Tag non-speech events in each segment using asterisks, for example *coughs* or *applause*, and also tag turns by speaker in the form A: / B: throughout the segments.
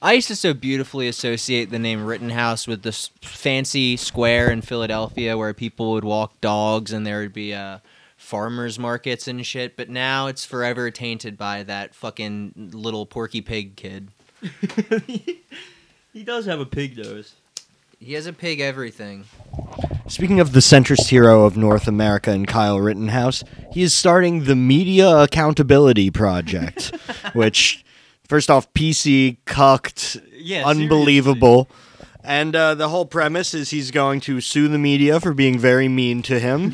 A: I used to so beautifully associate the name Rittenhouse with this fancy square in Philadelphia where people would walk dogs and there would be uh, farmers markets and shit. But now it's forever tainted by that fucking little Porky Pig kid.
B: he does have a pig nose.
A: He has a pig
B: *laughs*
A: everything.
C: Speaking of the centrist hero of North America and Kyle Rittenhouse, he is starting the Media
B: *laughs*
C: Accountability Project, which, first off, PC, cucked,
B: Yeah,
C: unbelievable. And uh, the whole premise is he's going to sue the media for being very mean
B: *laughs*
C: to him.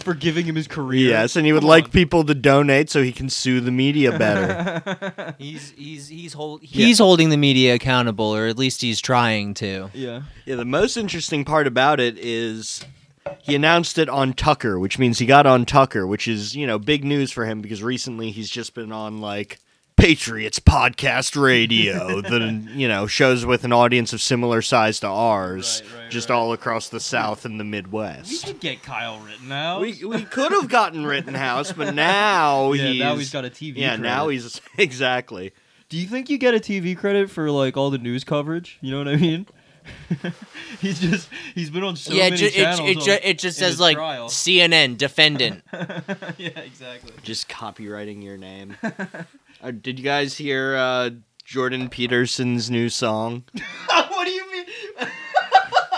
B: For giving him his career.
C: yes, and he would
B: Come
C: like
B: on.
C: people to donate so he can sue the media better.
A: He's he's he's hold, he's holding the media accountable, or at least he's trying to.
B: Yeah.
C: yeah, the most interesting part about it is he announced it on Tucker, which means he got on Tucker, which is, you know, big news for him because recently he's just been on like Patriots podcast radio *laughs* that you know shows with an audience of similar size to ours
B: Right, right,
C: just
B: right.
C: all across the south and the midwest
B: We could get Kyle Rittenhouse.
C: We, we could have gotten Rittenhouse, but
B: *laughs*
C: now
B: Oh, yeah,
C: he's
B: now he's got a TV.
C: yeah
B: credit.
C: now he's *laughs* exactly
B: Do you think you get a TV credit for like all the news coverage? You know what I mean? *laughs* he's just he's been on so
A: yeah,
B: many
A: ju- it,
B: channels.
A: it, ju-
B: on-
A: it just
B: in
A: says
B: his
A: like
B: trial.
A: CNN defendant.
B: *laughs* yeah, exactly. *laughs*
C: just copywriting your name. uh, did you guys hear uh, Jordan Peterson's
B: *laughs*
C: new song?
B: what do you mean? *laughs*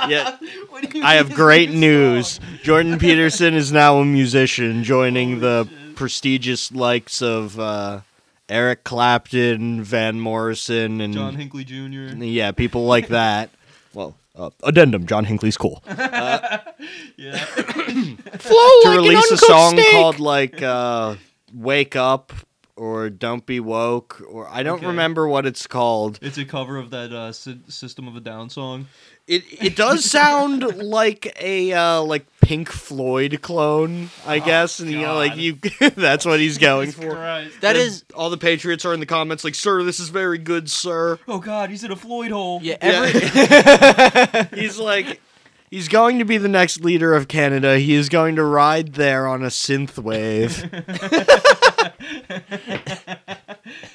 C: Yeah.
B: What do you
C: I
B: mean
C: have
B: his
C: great
B: new
C: news.
B: song?
C: Jordan Peterson is now a musician,
B: Holy
C: joining the
B: shit.
C: prestigious likes of uh, Eric Clapton, Van Morrison, and
B: John Hinckley Jr.
C: yeah, people
B: *laughs*
C: like that. well, uh, addendum: John Hinckley's cool.
B: Yeah.
C: to release a song called like uh, "Wake Up" or "Don't Be Woke" or I don't
B: Okay.
C: remember what it's called.
B: It's a cover of that uh, Sy- System of a Down song.
C: It it does sound like a uh, like Pink Floyd clone, I guess, and you know, like
B: God.
C: you *laughs* that's what he's going
B: Jesus
C: for.
B: Christ.
A: That
C: And
A: is
C: all the Patriots are in the comments like, "Sir, this is very good, sir."
B: Oh God, he's in a Floyd hole.
A: yeah. Every *laughs*
C: Yeah. he's like. He's going to be the next leader of Canada. He is going to ride there on a synth wave.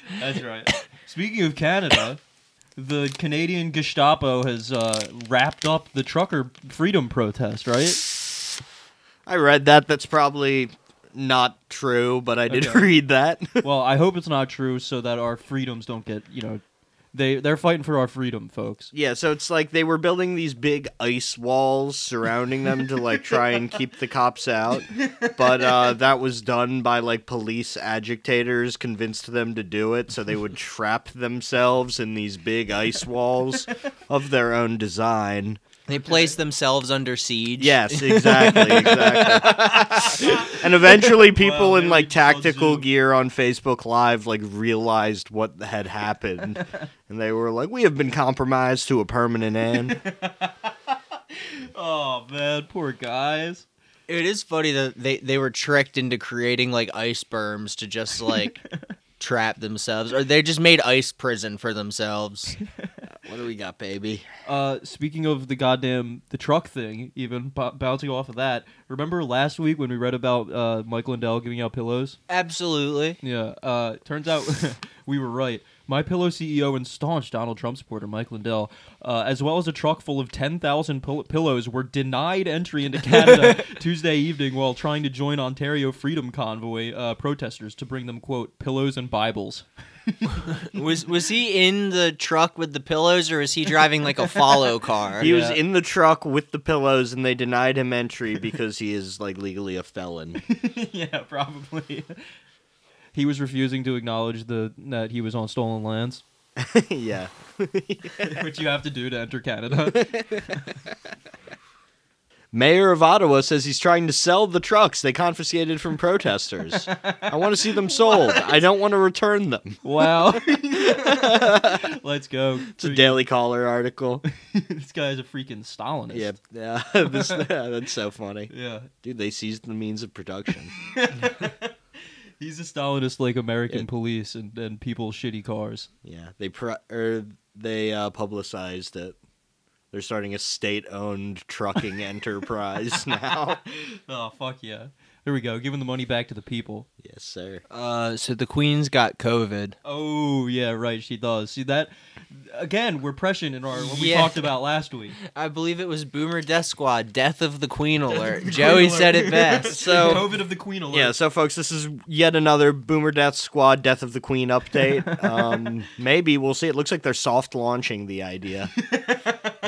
B: *laughs* That's right. Speaking of Canada, the Canadian Gestapo has uh, wrapped up the trucker freedom protest, right?
C: I read that. That's probably not true, but I did
B: Okay.
C: read that.
B: Well, I hope it's not true, so that our freedoms don't get you know. They they're fighting for our freedom, folks.
C: yeah, so it's like they were building these big ice walls surrounding them to like try and keep the cops out. But uh, that was done by like police agitators convinced them to do it, so they would trap themselves in these big ice walls of their own design.
A: they place themselves under siege.
B: *laughs*
C: Yes, exactly, exactly. and eventually, people
B: Wow,
C: in
B: maybe
C: like
B: it's called
C: tactical
B: Zoom.
C: gear on Facebook Live like realized what had happened, and they were like, "We have been compromised to a permanent end."
B: Oh man, poor guys.
A: It is funny that they, they were tricked into creating like ice berms to just like trap themselves, or they just made ice prison for themselves.
C: what do we got, baby?
B: Uh, speaking of the goddamn the truck thing, even b- bouncing off of that. Remember last week when we read about uh, Mike Lindell giving out pillows?
A: Absolutely.
B: Yeah. Uh, turns out *laughs* we were right. My Pillow CEO and staunch Donald Trump supporter Mike Lindell, uh, as well as a truck full of 10,000 pill- pillows, were denied entry into *laughs* Canada Tuesday evening while trying to join Ontario Freedom Convoy uh, protesters to bring them, quote, pillows and Bibles. *laughs*
A: Was was he in the truck with the pillows, or is he driving like a follow car?
C: He was
B: Yeah.
C: in the truck with the pillows, and they denied him entry because he is like legally a felon.
B: yeah, probably. he was refusing to acknowledge the that he was on stolen lands,
C: yeah.
B: *laughs* which you have to do to enter Canada.
C: Mayor of Ottawa says he's trying to sell the trucks they confiscated from protesters. I want to see them sold. I don't want to return them.
B: *laughs* *laughs* wow. Let's go.
C: It's a Daily Caller article.
B: *laughs* this guy's a freaking Stalinist.
C: Yep. Yeah, *laughs* this, yeah, that's so funny.
B: Yeah, *laughs*
C: Dude, they seized the means of production.
B: he's a Stalinist like American police and, and people shitty cars.
C: Yeah, they pro- er, they uh, publicized it. They're starting a state-owned trucking enterprise now.
B: Oh fuck yeah! There we go. Giving the money back to the people.
C: Yes, sir.
A: Uh, so the Queen's got COVID.
B: Oh yeah, right. She does. See that again? We're prescient in our what we
A: Yeah.
B: talked about last
A: *laughs*
B: week.
A: I believe it was Boomer Death Squad, Death of the Queen alert.
B: Queen
A: Joey
B: alert.
A: said it
B: *laughs*
A: best. So
B: COVID of the Queen alert.
C: Yeah, so folks, this is yet another Boomer Death Squad Death of the Queen
B: *laughs*
C: update. Um, maybe we'll see. It looks like they're soft launching
B: *laughs*
C: the idea.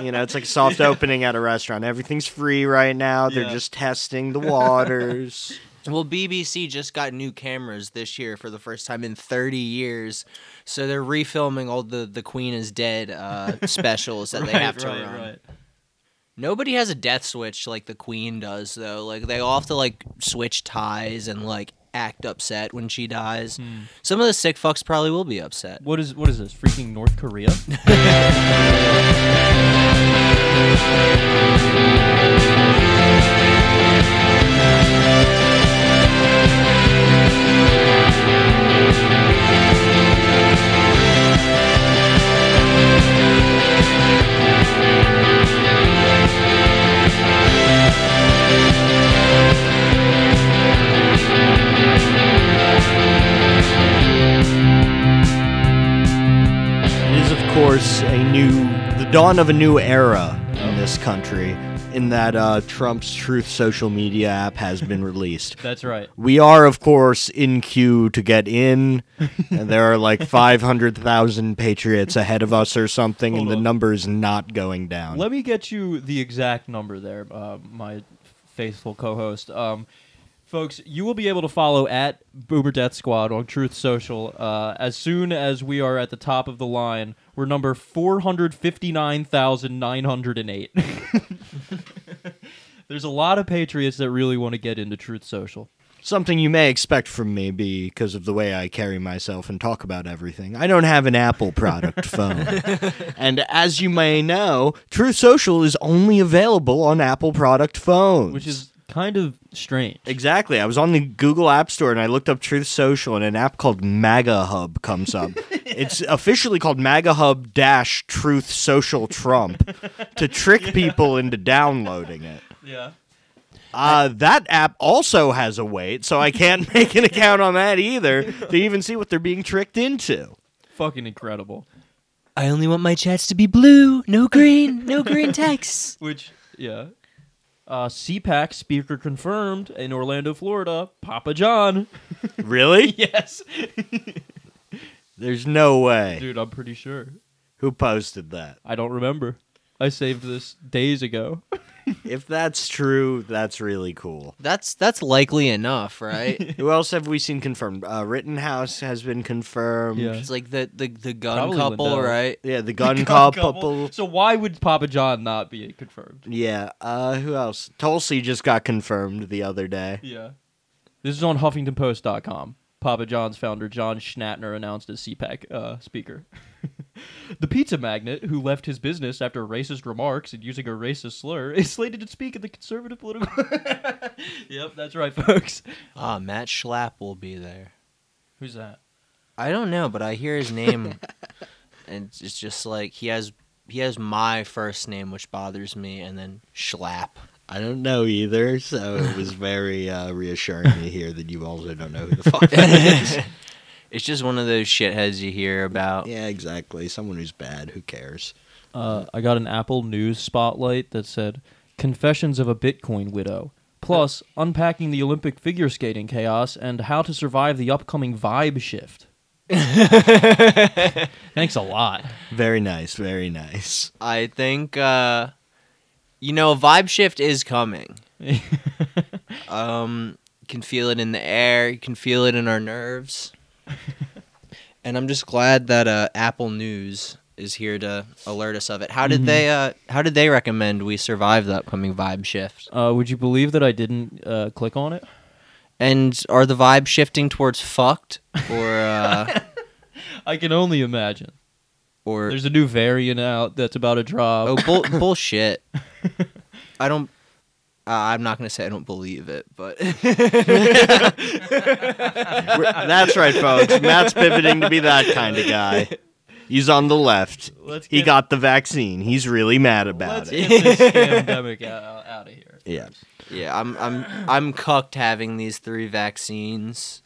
C: you know, it's like a soft opening at a restaurant. Everything's free right now. They're
B: Yeah.
C: just testing the waters.
A: well, BBC just got new cameras this year for the first time in 30 years. So they're refilming all the the Queen is dead
B: *laughs*
A: uh, specials that
B: right,
A: they have to
B: right,
A: run.
B: right.
A: Nobody has a death switch like the Queen does, though. Like they all have to like switch ties and like act upset when she dies.
B: Hmm.
A: Some of the sick fucks probably will be upset.
B: What is what is this? Freaking
A: *laughs*
B: North Korea?
C: It is, of course, a new, the dawn of a new era in this country, in that uh, Trump's Truth social media app has been released.
B: That's right.
C: We are, of course, in queue to get in, and there
B: *laughs*
C: are like 500,000 Patriots ahead of us or something,
B: Hold
C: and
B: on.
C: the number is not going down.
B: Let me get you the exact number there, uh, my faithful co-host. Um, folks, you will be able to follow at Boomer Death Squad on Truth Social uh, as soon as we are at the top of the line. We're number four hundred fifty-nine thousand nine hundred and eight. *laughs* There's a lot of patriots that really want to get into Truth Social.
C: Something you may expect from me because of the way I carry myself and talk about everything. I don't have an Apple
B: *laughs*
C: product phone. and as you may know, Truth Social is only available on Apple product phones.
B: which is kind of strange.
C: Exactly. I was on the Google App Store and I looked up Truth Social and an app called MAGA Hub comes up. It's officially called MAGA Hub dash Truth Social Trump to trick people into downloading it.
B: Yeah.
C: Uh, that app also has a wait, so I can't *laughs* make an account on that either to even see what they're being tricked into.
B: Fucking incredible.
A: I only want my chats to be blue, no green, no
B: *laughs*
A: green text.
B: Which, yeah. Uh, CPAC speaker confirmed in Orlando, Florida. Papa John.
C: Really?
B: *laughs* Yes.
C: There's no way.
B: Dude, I'm pretty sure.
C: Who posted that?
B: I don't remember. I saved this days ago.
C: If that's true, that's really cool.
A: That's that's likely enough, right?
C: Who else have we seen confirmed? Uh, Rittenhouse has been
B: *laughs*
C: confirmed.
B: Yeah.
A: it's like the the, the gun
B: Probably
A: couple,
B: Lindell.
A: right?
C: Yeah, *laughs* the gun cop couple.
B: Couple. So why would Papa John not be confirmed?
C: Yeah. Uh, who else? Tulsi just got confirmed the other *laughs* day.
B: Yeah. This is on HuffingtonPost.com. Papa John's founder John Schnattner announced as CPAC uh, speaker. *laughs* the pizza magnate, who left his business after racist remarks and using a racist slur, is slated to speak at the conservative *laughs* political. yep, that's right, folks.
A: Ah, Matt Schlapp will be there.
B: Who's that?
A: I don't know, but I hear his name, and it's just like he has he has my first name, which bothers me, and then Schlapp. *laughs*
C: I don't know either, so it was very uh, reassuring to hear that you also don't know who the fuck *laughs*
A: It's just one of those shitheads you hear about.
C: yeah, exactly. Someone who's bad. Who cares?
B: Uh, I got an Apple News spotlight that said Confessions of a Bitcoin Widow. Plus, unpacking the Olympic figure skating chaos and how to survive the upcoming vibe *laughs* shift. Thanks a lot.
C: Very nice. Very nice.
A: I think uh, you know, a vibe shift is coming. Um, you can feel it in the air. You can feel it in our nerves. and I'm just glad that uh, Apple News is here to alert us of it. How did they? Uh, how did they recommend we survive the upcoming vibe shift?
B: *laughs* uh, would you believe that I didn't uh, click on it?
A: And are the vibes shifting towards fucked or uh,
B: I can only imagine.
A: or
C: *laughs*
B: There's a new variant out that's about to drop.
A: oh bull- bullshit? I don't. Uh, I'm not gonna say I don't believe it, but *laughs*
C: We're- that's right, folks. Matt's pivoting to be that kind of guy. *laughs* He's on the left.
B: Let's
C: He
B: get-
C: got the vaccine. He's really mad about
B: Let's *laughs*
C: it.
B: get this pandemic out, out of here.
C: Yeah.
A: Yeah, I'm I'm I'm cucked having these three vaccines.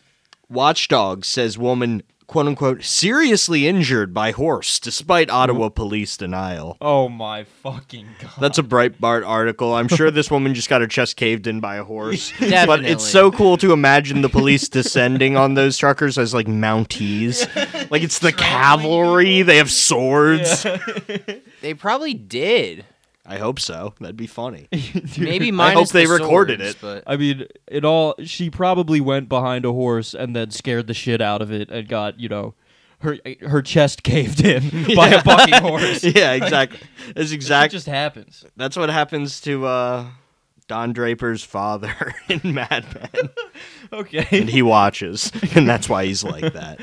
C: Watchdog says woman, quote unquote, seriously injured by horse despite Ottawa police denial.
B: Oh my fucking god!
C: That's a Breitbart article. I'm sure this woman just got her chest caved in by a horse. But
A: Definitely.
C: it's so cool to imagine the police descending on those truckers as like Mounties. Like it's the cavalry. They have swords.
A: They probably did.
C: I hope so. That'd be funny.
A: Maybe minus
C: hope they
A: the
C: recorded
A: swords,
C: it.
A: But
B: I mean, it all. She probably went behind a horse and then scared the shit out of it and got you know, her her chest *laughs* caved in by a fucking *laughs* horse.
C: *laughs* yeah, exactly. That's
B: That
C: exactly
B: just *laughs* happens.
C: that's what happens to uh Don Draper's father *laughs* in Mad Men.
B: Okay.
C: And he watches, and that's why he's like that.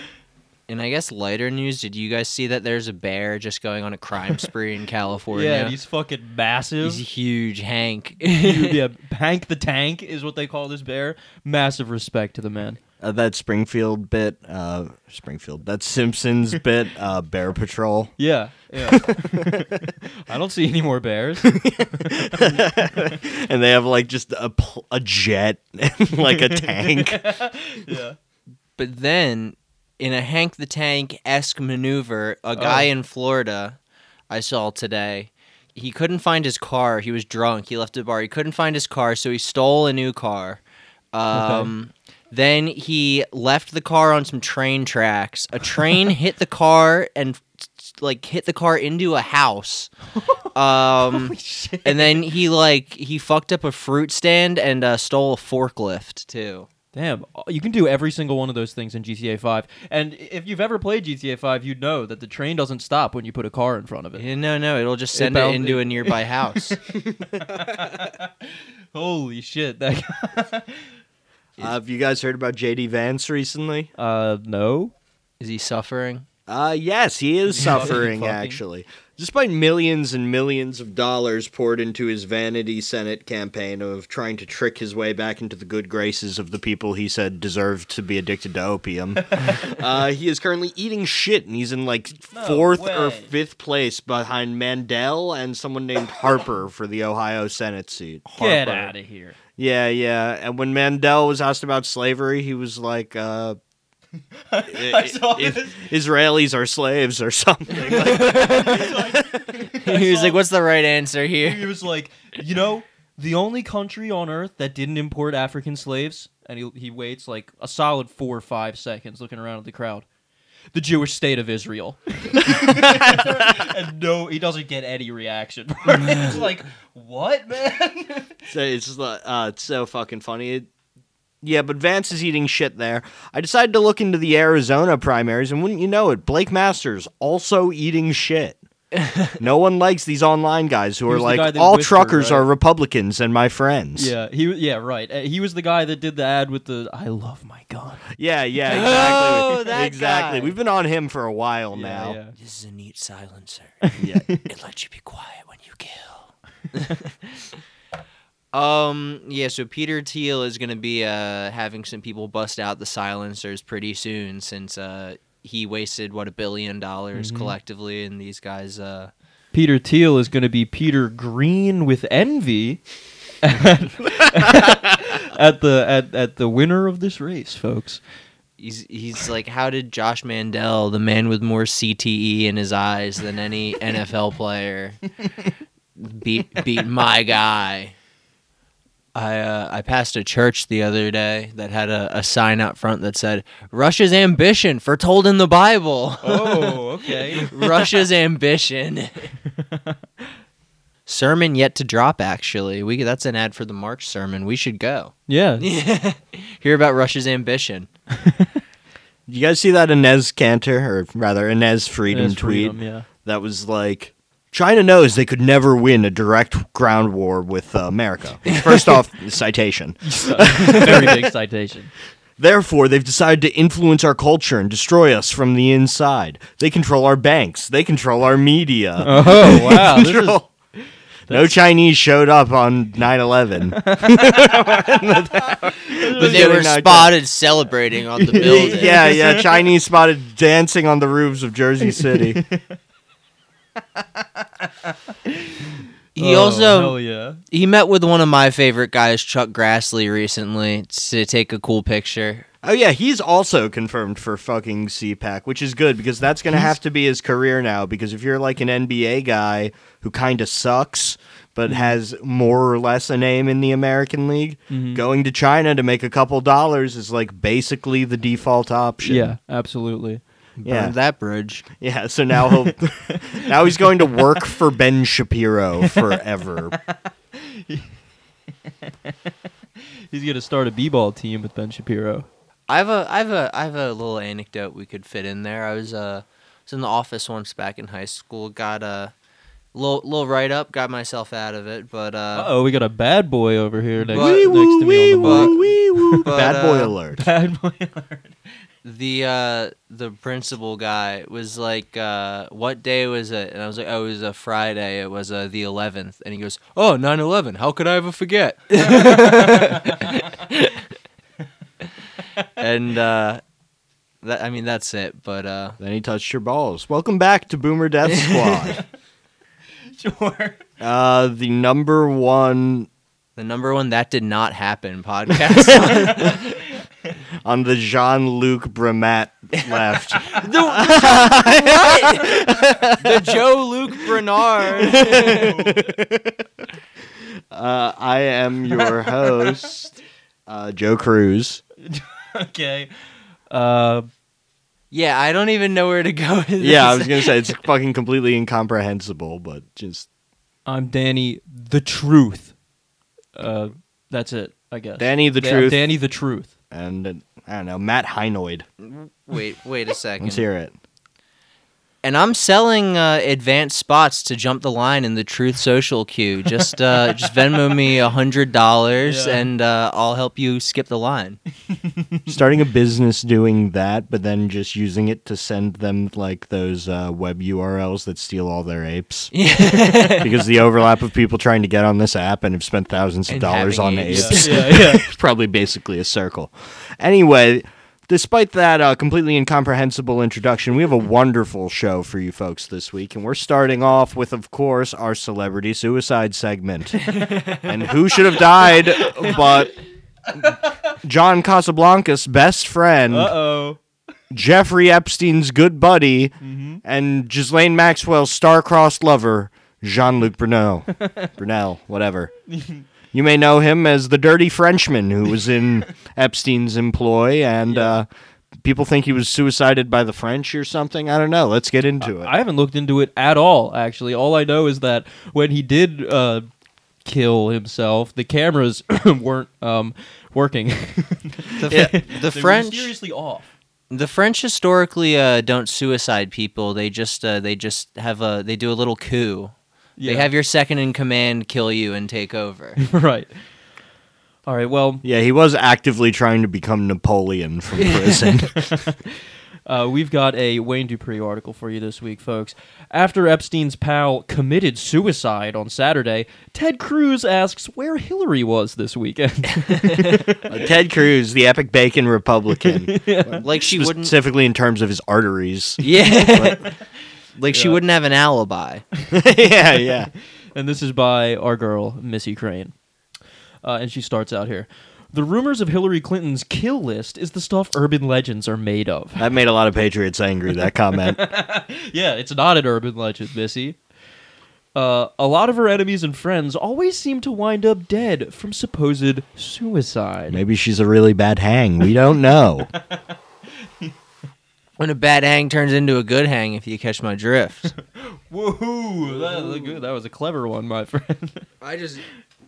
A: and I guess lighter news. Did you guys see that there's a bear just going on a crime spree
C: *laughs*
A: in California?
B: Yeah, and he's fucking massive.
A: He's a huge Hank.
B: Dude, yeah, Hank the Tank is what they call this bear. Massive respect to the man.
C: Uh, that Springfield bit, uh, Springfield, that Simpsons bit, uh, Bear Patrol.
B: Yeah, yeah. I don't see any more bears. It's
C: and they have like just a, pl- a jet and like a tank.
A: but then, in a Hank the Tank esque maneuver, a guy in Florida I saw today. He couldn't find his car. He was drunk. He left the bar. He couldn't find his car, so he stole a new car. Um, Then he left the car on some train tracks. A train hit the car and like hit the car into a house. Um, And then he like he fucked up a fruit stand and uh, stole a forklift too.
B: Damn, you can do every single one of those things in GTA 5. And if you've ever played GTA 5, you'd know that the train doesn't stop when you put a car in front of it.
A: Yeah, Eh, No, no, it'll just send it,
B: bound-
A: into a nearby house.
B: Holy shit, that *laughs* guy.
C: Uh, have you guys heard about JD Vance recently?
B: uh, no.
A: Is he suffering?
C: Uh, yes, he is
B: *laughs*
C: suffering
B: Fucking.
C: actually. Despite millions and millions of dollars poured into his vanity Senate campaign of trying to trick his way back into the good graces of the people he said deserved to be addicted to
B: *laughs*
C: opium, uh, he is currently eating shit and he's in like fourth or
B: way.
C: fifth place behind Mandel and someone named Harper for the Ohio Senate seat.
B: Get
C: Harper.
B: out of here.
C: Yeah, yeah. And when Mandel was asked about slavery, he was like, uh, I
B: saw this.
C: Israelis are slaves or *laughs* something. Like,
A: *laughs* he was like, "What's the right answer here?"
B: He was like, you know, the only country on earth that didn't import African slaves, and he, he waits like a solid four or five seconds looking around at the crowd. The Jewish state of *laughs* Israel. and no, he doesn't get any *laughs* reaction. it's like, what, man?
C: so it's just like, uh, it's so fucking funny. It, yeah, but Vance is eating shit there. I decided to look into the Arizona primaries, and wouldn't you know it, Blake Masters also eating shit. no one likes these online guys who
B: He
C: are
B: was the guy
C: like,
B: that
C: all
B: whispered,
C: truckers
B: right?
C: are Republicans and my friends.
B: Yeah, he yeah right. Uh, He was the guy that did the ad with the "I love my gun."
C: yeah, yeah, exactly.
A: Oh, that
C: exactly.
A: guy.
C: We've been on him for a while now.
B: Yeah,
A: *laughs* This is a neat *laughs* silencer.
C: Yeah.
A: it lets you be quiet when you kill. *laughs* um. Yeah. So Peter Thiel is gonna be uh having some people bust out the silencers pretty soon, since uh he wasted what a billion dollars collectively, and these guys uh
B: Peter Thiel is going to be Peter Green with envy at, *laughs* at the at, at the winner of this race, folks.
A: He's, he's like, how did Josh Mandel, the man with more CTE in his eyes than any NFL player, beat beat my guy? I uh, I passed a church the other day that had a, a sign out front that said Russia's ambition foretold in the Bible. *laughs*
B: Oh, okay.
A: Russia's ambition. sermon yet to drop. Actually, we that's an ad for the March sermon. We should go
B: *laughs* Yeah.
A: hear about Russia's ambition.
C: You guys see that Inez Cantor, or rather Inez Freedom
B: That's
C: tweet?
B: freedom, *laughs* yeah.
C: That was like, China knows they could never win a direct ground war with uh, America. First off, citation.
B: Very big citation.
C: Therefore, they've decided to influence our culture and destroy us from the inside. They control our banks. They control our
B: *laughs*
C: media.
B: *laughs* Oh wow. This is,
C: Control- No Chinese showed up on 9 *laughs* 11.
A: But they were spotted celebrating on *laughs* the building.
C: *laughs* yeah, yeah. Chinese spotted dancing on the roofs of Jersey City.
A: He
B: Oh,
A: also
B: hell yeah.
A: he met with one of my favorite guys, Chuck Grassley, recently to take a cool picture.
C: Oh yeah, he's also confirmed for fucking CPAC, which is good because that's gonna have to be his career now. Because if you're like an NBA guy who kind of sucks
A: Mm-hmm.
C: but has more or less a name in the American League,
A: Mm-hmm.
C: going to China to make a couple dollars is like basically the default option.
B: Yeah, absolutely.
C: yeah,
A: Burned that bridge.
C: *laughs* yeah. So now he'll
A: *laughs*
C: now he's going to work for Ben Shapiro forever.
B: He's gonna start a b-ball team with Ben Shapiro.
A: I have a I have a I have a little anecdote we could fit in there. I was uh was in the office once back in high school, got a little little write up, got myself out of it, but
B: Uh
A: uh
B: oh, we got a bad boy over here next,
A: But-
B: next to me on the
A: wee-woo,
B: block.
A: *laughs*
C: Wee-woo.
A: But,
C: Bad boy
A: uh,
C: alert.
B: Bad boy *laughs* alert.
A: the uh the principal guy was like uh what day was it? And I was like, Oh, it was a Friday, it was uh the eleventh and he goes, Oh, 9-11, how could I ever forget? *laughs* and uh that I mean that's it, but uh
C: Then he touched your balls. Welcome back to Boomer
A: *laughs*
C: Death Squad.
B: Sure.
C: uh, the number one
A: the number one that did not happen podcast.
C: *laughs* on the Jean Luc Bramat left.
A: the Joe Luke Bernard.
C: uh, I am your host, uh, Joe Cruz.
B: okay. Uh,
A: *laughs* Yeah, I don't even know where to go. With this.
C: Yeah, I was gonna say it's fucking completely incomprehensible, but just
B: I'm Danny the Truth. Uh, that's it, I guess.
C: Danny the
B: Yeah,
C: Truth
B: Danny the Truth.
C: and uh, I don't know Matt Heinoid.
A: wait, wait a
C: Let's
A: second.
C: hear it.
A: And I'm selling uh, advanced spots to jump the line in the Truth Social queue. Just,
B: *laughs*
A: uh, just Venmo me a hundred dollars,
B: Yeah.
A: and uh, I'll help you skip the
B: *laughs*
A: line.
C: Starting a business doing that, but then just using it to send them like those uh, web URLs that steal all their apes. *laughs* because the overlap of people trying to get on this app and have spent thousands of
A: And
C: dollars on
A: having
C: apes,
A: apes.
C: is *laughs*
B: Yeah, yeah.
C: probably basically a circle. Anyway, despite that uh, completely incomprehensible introduction, we have a wonderful show for you folks this week, and we're starting off with, of course, our celebrity
A: *laughs*
C: suicide segment, and who should have died but John Casablancas' best friend.
B: Uh oh.
C: Jeffrey Epstein's good buddy and Ghislaine Maxwell's star-crossed lover, Jean-Luc Brunel. Brunel, whatever. You may know him as the dirty Frenchman who was in Epstein's employ and uh, people think he was suicided by the French or something. I don't know. Let's get into it.
B: I haven't looked into it at all, actually. All I know is that when he did uh, kill himself, the cameras *coughs* weren't um, working. *laughs*
A: The, fr- the French,
B: seriously off.
A: the French historically uh, don't suicide people. They just, uh, they just have a, they do a little coup.
B: Yeah.
A: They have your second in command kill you and take
B: *laughs*
A: over.
B: right. All right. Well,
C: yeah, he was actively trying to become Napoleon from prison.
B: uh, we've got a Wayne Dupree article for you this week, folks. After Epstein's pal committed suicide on Saturday, Ted Cruz asks where Hillary was this weekend.
C: Uh, Ted Cruz, the epic bacon Republican,
A: Like she wouldn't.
C: specifically in terms of his arteries.
A: *laughs* Yeah. like she
B: Yeah.
A: wouldn't have an alibi.
C: yeah, yeah.
B: and this is by our girl Missy Crane, uh, and she starts out here. The rumors of Hillary Clinton's kill list is the stuff urban legends are made of.
C: That made a lot of patriots angry. That comment.
B: yeah, it's not an urban legend, Missy. Uh, a lot of her enemies and friends always seem to wind up dead from supposed suicide.
C: Maybe she's a really bad hang. We don't *laughs* know.
A: When a bad hang turns into a good hang, if you catch my drift.
B: Woohoo! That, was good- that was a clever one, my friend.
A: I just,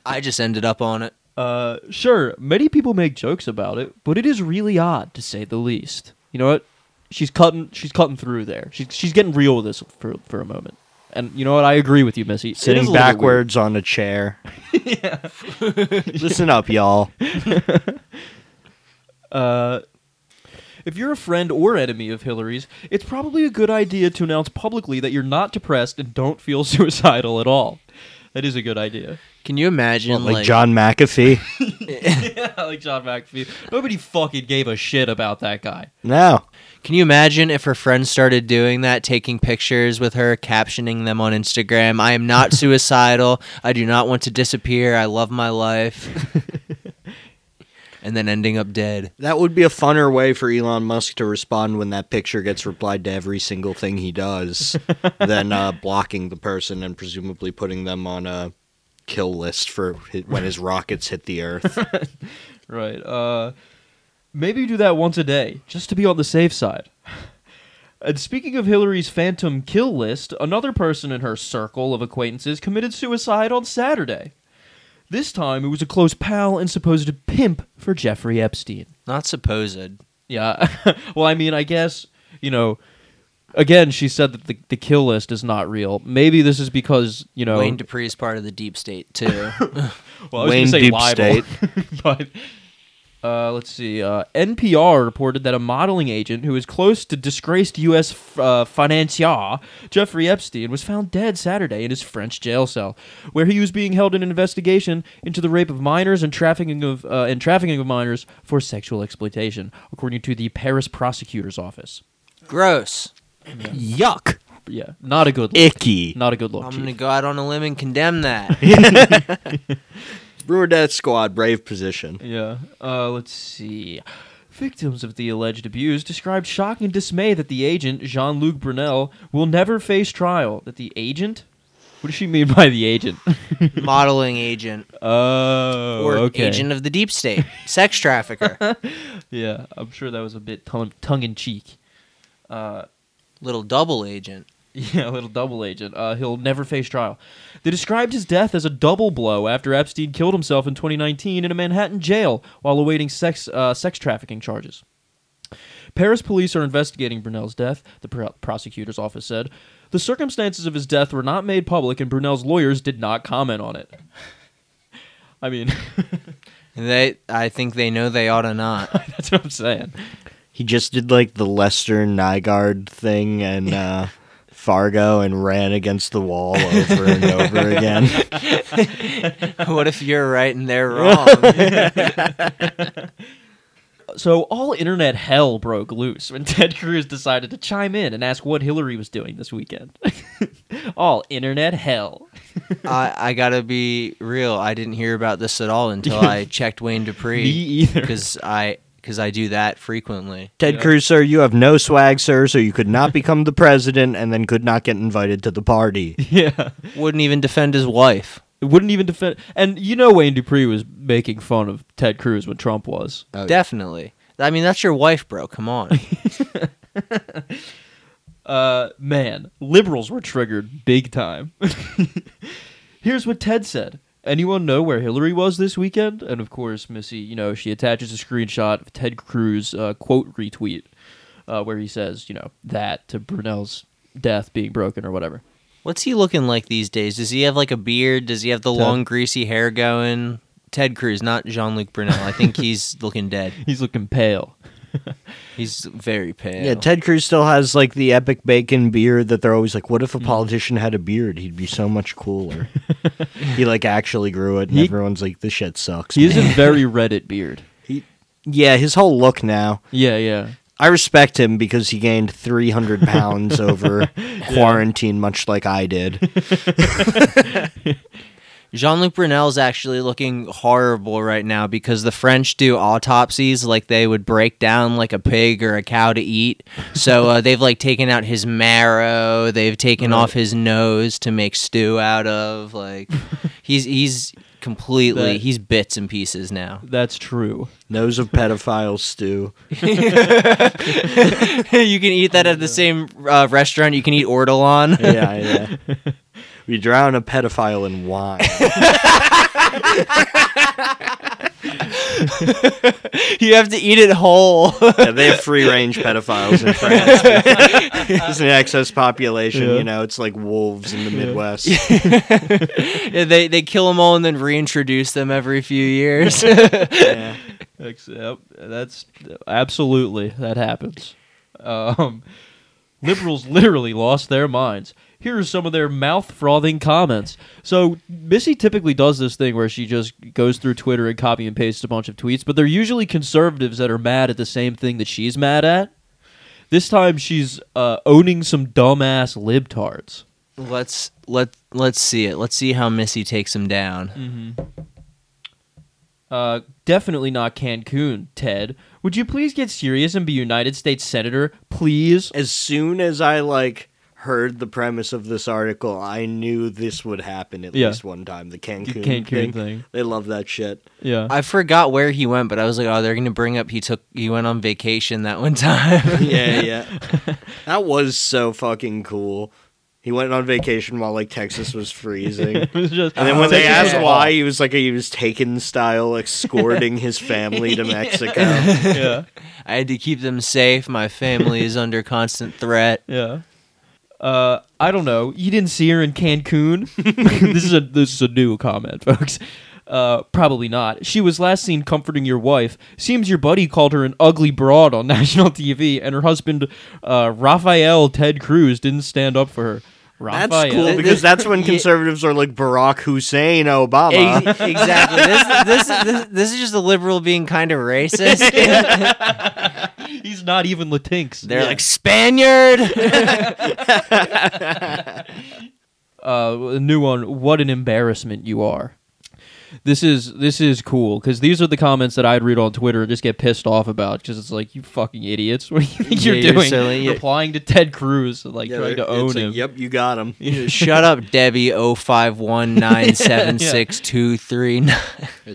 A: I just ended up on it.
B: Uh, sure, many people make jokes about it, but it is really odd to say the least. You know what? She's cutting. She's cutting through there. She's she's getting real with this for for a moment. And you know what? I agree with you, Missy. It is a
C: Sitting
B: little bit weird.
C: backwards on a *laughs* chair. Listen up, y'all.
B: Uh, If you're a friend or enemy of Hillary's, it's probably a good idea to announce publicly that you're not depressed and don't feel *laughs* suicidal at all. That is a good idea. *laughs*
A: Can you imagine,
C: Like, John McAfee.
B: like John McAfee. Nobody fucking gave a shit about that guy.
C: No.
A: Can you imagine if her friends started doing that, taking pictures with her, captioning them on Instagram? I am not suicidal. I do not want to disappear. I love my life. and then ending up dead.
C: That would be a funner way for Elon Musk to respond when that picture gets replied to every single thing he *laughs* does than uh, blocking the person and presumably putting them on a kill list for hi- when his rockets hit the earth.
B: Right. Uh, maybe do that once a day, just to be on the safe side. And speaking of Hillary's phantom kill list, another person in her circle of acquaintances committed suicide on Saturday. This time, it was a close pal and supposed pimp for Jeffrey Epstein.
A: Not supposed.
B: Yeah. *laughs* well, I mean, I guess, you know, again, she said that the, the kill list is not real. Maybe this is because, you know,
A: Wayne Dupree is part of the deep state too.
B: well, I was
C: Wayne
B: gonna say
C: Deep
B: libel, *laughs* but uh, let's see. Uh, NPR reported that a modeling agent who is close to disgraced U.S. f- uh, financier Jeffrey Epstein was found dead Saturday in his French jail cell, where he was being held in an investigation into the rape of minors and trafficking of uh, and trafficking of minors for sexual exploitation, according to the Paris prosecutor's office.
A: Gross.
C: *laughs* Yuck.
B: Yeah, not a good look.
C: Icky.
B: Not a good look.
A: I'm
B: chief.
A: gonna go out on a limb and condemn that.
C: Brewer Death Squad, brave position.
B: Yeah. Uh, let's see. Victims of the alleged abuse described shock and dismay that the agent, Jean Luc Brunel, will never face trial. That the agent? What does she mean by the agent? *laughs*
A: Modeling agent
B: Oh,
A: or
B: okay.
A: agent of the deep state, sex trafficker,
B: Yeah, I'm sure that was a bit tongue, tongue in cheek. Uh,
A: little double agent.
B: *laughs* Yeah, a little double agent. Uh, he'll never face trial. They described his death as a double blow after Epstein killed himself in 2019 in a Manhattan jail while awaiting sex uh, sex trafficking charges. Paris police are investigating Brunel's death, the pr- prosecutor's office said. The circumstances of his death were not made public, and Brunel's lawyers did not comment on it. *laughs* I mean, *laughs*
A: They, I think they know they ought to
B: *laughs*
A: not.
B: that's what I'm saying.
C: He just did like the Lester Nygaard thing and uh, Fargo and ran against the wall over and over again.
A: what if you're right and they're
B: *laughs*
A: wrong?
B: So all internet hell broke loose when *laughs* Ted Cruz decided to chime in and ask what Hillary was doing this weekend. *laughs* all internet hell.
A: I, I gotta be real. I didn't hear about this at all until
B: *laughs*
A: I checked Wayne Dupree.
B: Me either.
A: Because I, because I do that frequently.
C: Ted Cruz, sir, you have no swag, sir, so you could not become the president and then could not get invited to the party.
B: *laughs* Yeah.
A: Wouldn't even defend his wife.
B: It wouldn't even defend and you know Wayne Dupree was making fun of Ted Cruz when Trump was.
A: Definitely. I mean, that's your wife, bro. Come
B: *laughs*
A: on.
B: Uh man, liberals were triggered big time. *laughs* Here's what Ted said. Anyone know where Hillary was this weekend? And of course, Missy, you know, she attaches a screenshot of Ted Cruz uh, quote retweet uh, where he says, you know, that to Brunel's death being broken or whatever.
A: What's he looking like these days? Does he have like a beard? Does he have the long greasy hair going? Ted Cruz, not Jean Luc Brunel. I think
B: *laughs*
A: he's looking dead.
B: He's looking pale.
A: He's very pale.
C: Yeah, Ted Cruz still has like the epic bacon beard that they're always like, what if a politician had a beard? He'd be so much cooler. he like actually grew it, and
B: He-
C: everyone's like, this shit sucks.
B: He is
C: man."
B: a very Reddit beard.
C: yeah, his whole look now.
B: Yeah, yeah.
C: I respect him because he
B: *laughs*
C: gained 300 pounds over quarantine, much like I did.
A: Jean Luc Brunel's actually looking horrible right now because the French do autopsies like they would break down like a pig or a cow to eat. So uh, *laughs* they've like taken out his marrow, they've taken off his nose to make stew out of. Like he's he's completely
B: That-
A: he's bits and pieces now. *laughs*
B: That's true.
C: Nose of pedophile stew.
A: you can eat that at the same uh, restaurant you can eat ortolan.
C: Yeah, yeah.
B: *laughs*
C: We drown a pedophile in wine.
A: *laughs* you have to eat it whole. *laughs*
C: Yeah, they have free range pedophiles in France.
B: *laughs*
C: it's an excess population,
B: Yeah.
C: you know, it's like wolves in
B: *laughs*
C: the Midwest.
A: Yeah, they they kill them all and then reintroduce them every few years.
C: Yeah.
B: Ex- Yep, that's absolutely that happens. Um, liberals literally lost their minds. Here are some of their mouth frothing comments. So Missy typically does this thing where she just goes through Twitter and copy and pastes a bunch of tweets, but they're usually conservatives that are mad at the same thing that she's mad at. This time she's uh, owning some dumbass libtards.
A: Let's let let's see it. Let's see how Missy takes him down.
B: Mm-hmm. Uh, definitely not Cancun, Ted. Would you please get serious and be United States Senator, please?
C: As soon as I like heard the premise of this article, I knew this would happen at
B: Yeah.
C: least one time. The Cancun,
B: Cancun
C: thing.
B: thing.
C: They love that shit.
B: Yeah.
A: I forgot where he went, but I was like, oh, they're gonna bring up he took he went on vacation that one *laughs* time.
C: Yeah, yeah. that was so fucking cool. He went on vacation while like Texas was freezing.
B: It was *laughs* just-
C: And then when they
A: Texas
C: asked
A: was-
C: why, he was like he was taken style escorting his family to
B: *laughs*
C: Mexico.
B: yeah,
A: I had to keep them safe. My family is under constant threat.
B: yeah. Uh, I don't know. You didn't see her in Cancun. *laughs* this is a this is a new comment, *laughs* folks. Uh, probably not. She was last seen comforting your wife. Seems your buddy called her an ugly broad on *laughs* national TV, and her husband, uh, Rafael Ted Cruz, didn't stand up for her. Rafael.
C: That's cool because that's when conservatives are like Barack Hussein
A: *laughs*
C: Obama. *laughs*
A: Ex- exactly. This, this, this, this is just a liberal being kind of *laughs* racist.
B: He's not even Latinx.
A: They're like *laughs* Spaniard.
B: uh, a new one. What an embarrassment you are. This is this is cool because these are the comments that I'd read on Twitter and just get pissed off about because it's like you fucking idiots. *laughs* What do you think
A: Yeah,
B: you're
A: you're
B: doing?
A: silly, yeah.
B: Replying to Ted Cruz and like
C: Yeah,
B: trying to
C: it's
B: own
C: like,
B: him.
C: Yep, you got *laughs* him.
A: Shut up, Debbie. Oh five one nine seven six two three *laughs* nine.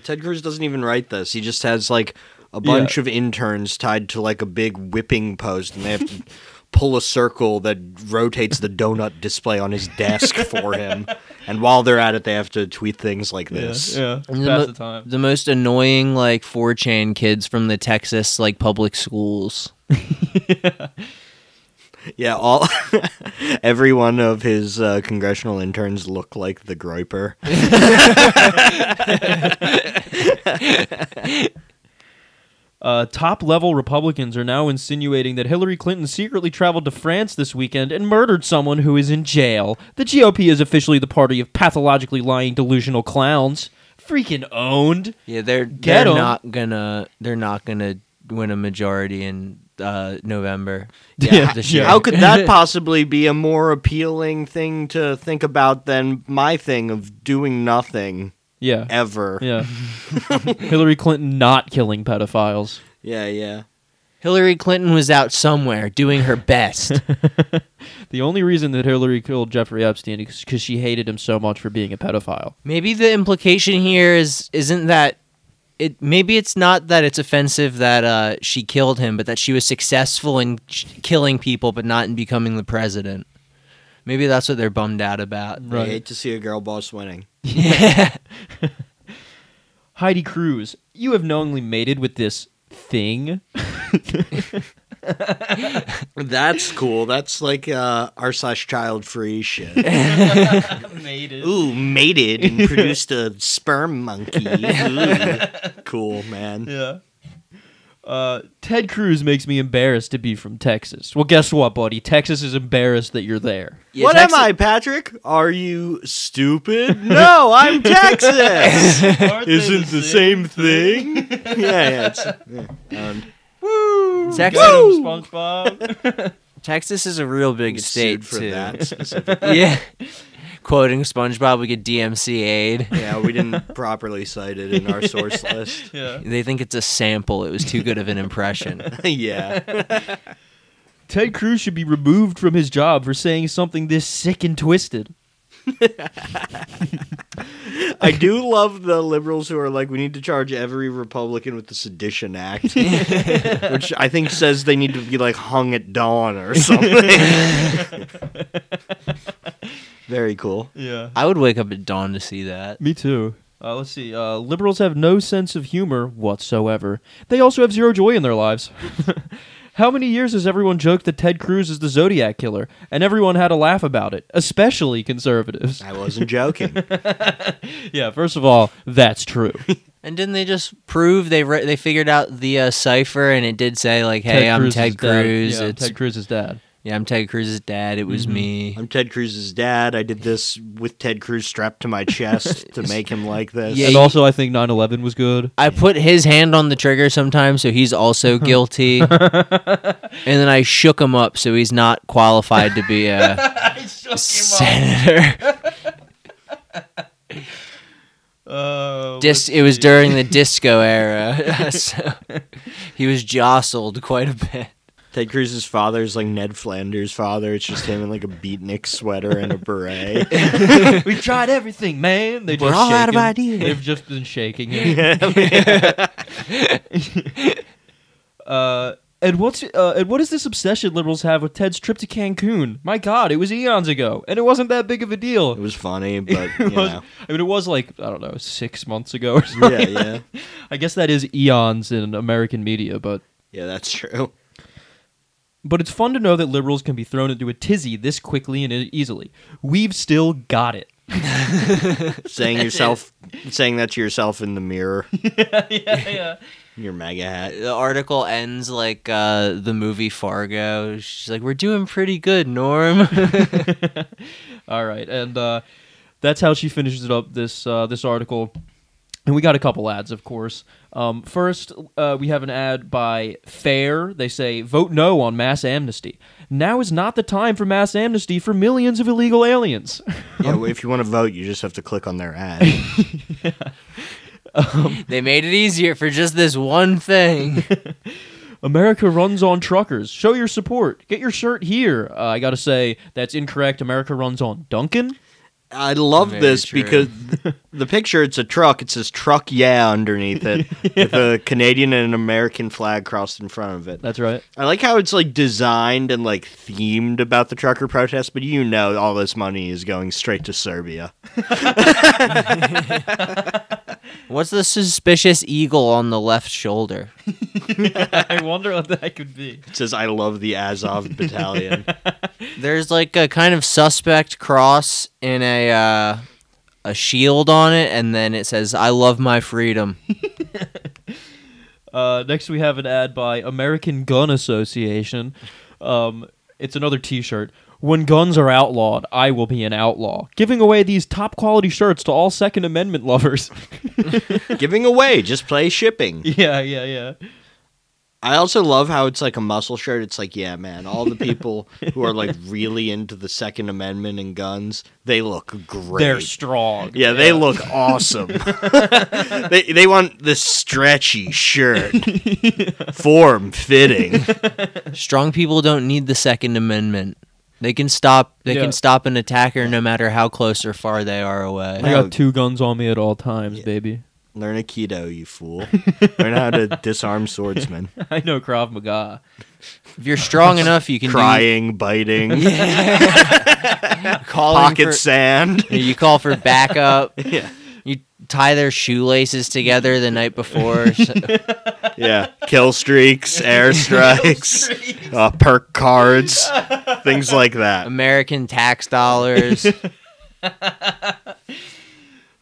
C: Ted Cruz doesn't even write this. He just has like a bunch of interns tied to like a big whipping post, and they have to pull a circle that rotates the donut display on his desk
B: *laughs*
C: for him. And while they're at it, they have to tweet things like this.
B: Yeah,
A: And
B: pass
A: mo-
B: the time.
A: the most annoying like 4chan kids from the Texas like public schools.
C: Yeah, all *laughs* every one of his uh, congressional interns look like the Groiper.
B: Uh, Top level Republicans are now insinuating that Hillary Clinton secretly traveled to France this weekend and murdered someone who is in jail. The GOP is officially the party of pathologically lying, delusional clowns. Freaking owned.
A: Yeah, they're
B: Get
A: they're
B: 'em.
A: not gonna they're not gonna win a majority in uh, November.
C: *laughs*
B: Yeah,
A: this
B: yeah.
A: year.
C: How
B: *laughs*
C: could that possibly be a more appealing thing to think about than my thing of doing nothing
B: Yeah.
C: ever? *laughs*
B: Yeah. Hillary Clinton not killing pedophiles.
C: yeah. yeah.
A: Hillary Clinton was out somewhere doing her
C: *laughs*
A: best.
B: The only reason that Hillary killed Jeffrey Epstein is because she hated him so much for being a pedophile.
A: maybe the implication here is isn't that it maybe it's not that it's offensive that uh, she killed him, but that she was successful in ch- killing people, but not in becoming the president. Maybe that's what they're bummed out about.
B: Right.
C: I
A: *laughs*
C: *laughs* hate to see a girl boss winning.
B: Heidi Cruz, you have knowingly mated with this thing.
C: That's cool. That's like uh, r slash child free shit.
B: mated.
C: *laughs* Ooh, mated and produced a sperm monkey. *laughs* Ooh. Cool, man.
B: Yeah. Uh, Ted Cruz makes me embarrassed to be from Texas. Well, guess what, buddy? Texas is embarrassed that you're there.
A: Yeah,
C: what
A: Texas-
C: am I, Patrick? Are you stupid? No, I'm *laughs* Texas. *laughs* Isn't the same thing? yeah, *laughs* yeah. It's, yeah. Um,
A: Texas,
B: SpongeBob.
A: Texas is a real big
C: get
A: state
C: sued for
A: too.
C: that. *laughs* specific-
A: yeah. *laughs* Quoting SpongeBob, we get DMCA'd.
C: Yeah, we didn't properly cite it in our *laughs* source list.
B: yeah.
A: They think it's a sample. It was too good of an impression.
C: yeah.
B: *laughs* Ted Cruz should be removed from his job for saying something this sick and twisted.
C: I do love the liberals who are like, we need to charge every Republican with the Sedition Act, which I think says they need to be like hung at dawn or something. *laughs* Very cool.
B: Yeah.
A: I would wake up at dawn to see that.
B: Me too. Uh, let's see. Uh, liberals have no sense of humor whatsoever. They also have zero joy in their lives. *laughs* How many years has everyone joked that Ted Cruz is the Zodiac killer, and everyone had a laugh about it, especially
A: *laughs*
B: conservatives?
C: I wasn't joking.
B: Yeah, first of all,
A: *laughs*
B: that's true.
A: And didn't they just prove they re- they figured out the uh, cipher and it did say like, "Hey, I'm
B: Cruz is
A: Ted
B: dead.
A: Cruz."
B: Yeah,
A: it's
B: Ted Cruz is dead.
A: Yeah, I'm Ted Cruz's dad. It was me.
C: I'm Ted Cruz's dad. I did this with Ted Cruz strapped to my chest to make him like this.
A: Yeah,
B: and
A: you-
B: also, I think 9/11 was good.
A: I put his hand on the trigger sometimes, so he's also guilty. and then I shook him up, so he's not qualified to be a senator. Dis- it Uh, was during the disco era, *laughs* so he was jostled quite a bit. *laughs*
C: Ted Cruz's father is like Ned Flanders' father. It's just him in like a beatnik sweater and a beret.
B: *laughs* We've tried everything, man. They
A: We're
B: just
A: all out of
B: shaking.
A: ideas.
B: They've just
A: *laughs*
B: been shaking. it. uh, and what's uh, and what is this obsession liberals have with Ted's trip to Cancun? My God, it was eons ago, and it wasn't that big of a deal.
C: It was funny, but
B: *laughs*
C: you
B: It was-
C: know.
B: I mean, it was like I don't know, six months ago or something.
C: Yeah, yeah.
B: *laughs* I guess that is eons in American media, but
C: Yeah, that's true.
B: But it's fun to know that liberals can be thrown into a tizzy this quickly and e- easily. We've still got it. *laughs*
C: Saying yourself saying that to yourself in the mirror.
B: yeah, yeah.
C: in Your mega hat.
A: the article ends like uh, the movie Fargo. She's like, "We're doing pretty good, *laughs* Norm."
B: *laughs* All right, and uh, that's how she finishes it up. This uh, this article, and we got a couple ads, of course. Um, first, uh, we have an ad by Fair. They say, "Vote no on mass amnesty. Now is not the time for mass amnesty for millions of illegal aliens."
C: *laughs* Yeah, well, if you want to vote, you just have to click on their ad.
A: they made it easier for just this one *laughs* thing.
B: America runs on truckers. Show your support. Get your shirt here. Uh, I gotta say that's incorrect. America runs on Duncan.
C: *laughs* I love
A: Very
C: this
A: true. *laughs*
C: because th- the picture it's a truck. It says truck yeah underneath it *laughs* with a Canadian and an American flag crossed in front of it.
B: That's right.
C: I like how it's like designed and like themed about the trucker protest, but you know all this money is going straight to Serbia.
A: What's the suspicious eagle on the left shoulder?
B: *laughs* I wonder what that could be.
C: It says I love the Azov *laughs* battalion.
A: There's like a kind of suspect cross in a uh, a shield on it, and then it says, "I love my freedom."
B: Uh, next, we have an ad by American Gun Association. Um, it's another T-shirt. When guns are outlawed, I will be an outlaw. Giving away these top quality shirts to all Second Amendment lovers.
C: Giving away, just play shipping.
B: *laughs* yeah, yeah, yeah.
C: I also love how it's like a muscle shirt. It's like, yeah, man, all the people who are like really into the Second Amendment and guns, they look great.
B: They're strong.
C: Yeah, they look awesome. they they want this stretchy shirt, form fitting.
A: Strong people don't need the Second Amendment. They can stop. They
B: Yeah.
A: can stop an attacker no matter how close or far they are away.
B: I got two guns on me at all times, baby.
C: Learn Aikido, you fool. Learn how to disarm swordsmen.
B: *laughs* I know Krav Maga.
A: If you're
B: *laughs*
A: strong enough, you can do
C: Crying, biting,
A: calling
C: pocket
A: for-
C: sand.
A: You call for
B: *laughs*
A: backup.
C: Yeah.
A: You tie their shoelaces together the night before.
B: *laughs*
A: so-
C: Yeah, kill streaks, airstrikes, uh, perk cards, things like that.
A: American tax dollars.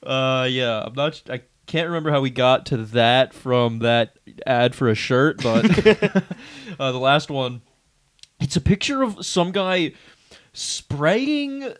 B: Uh, yeah, I'm not. I can't remember how we got to that from that ad for a shirt, *laughs* but uh, the last one, it's a picture of some guy spraying
A: A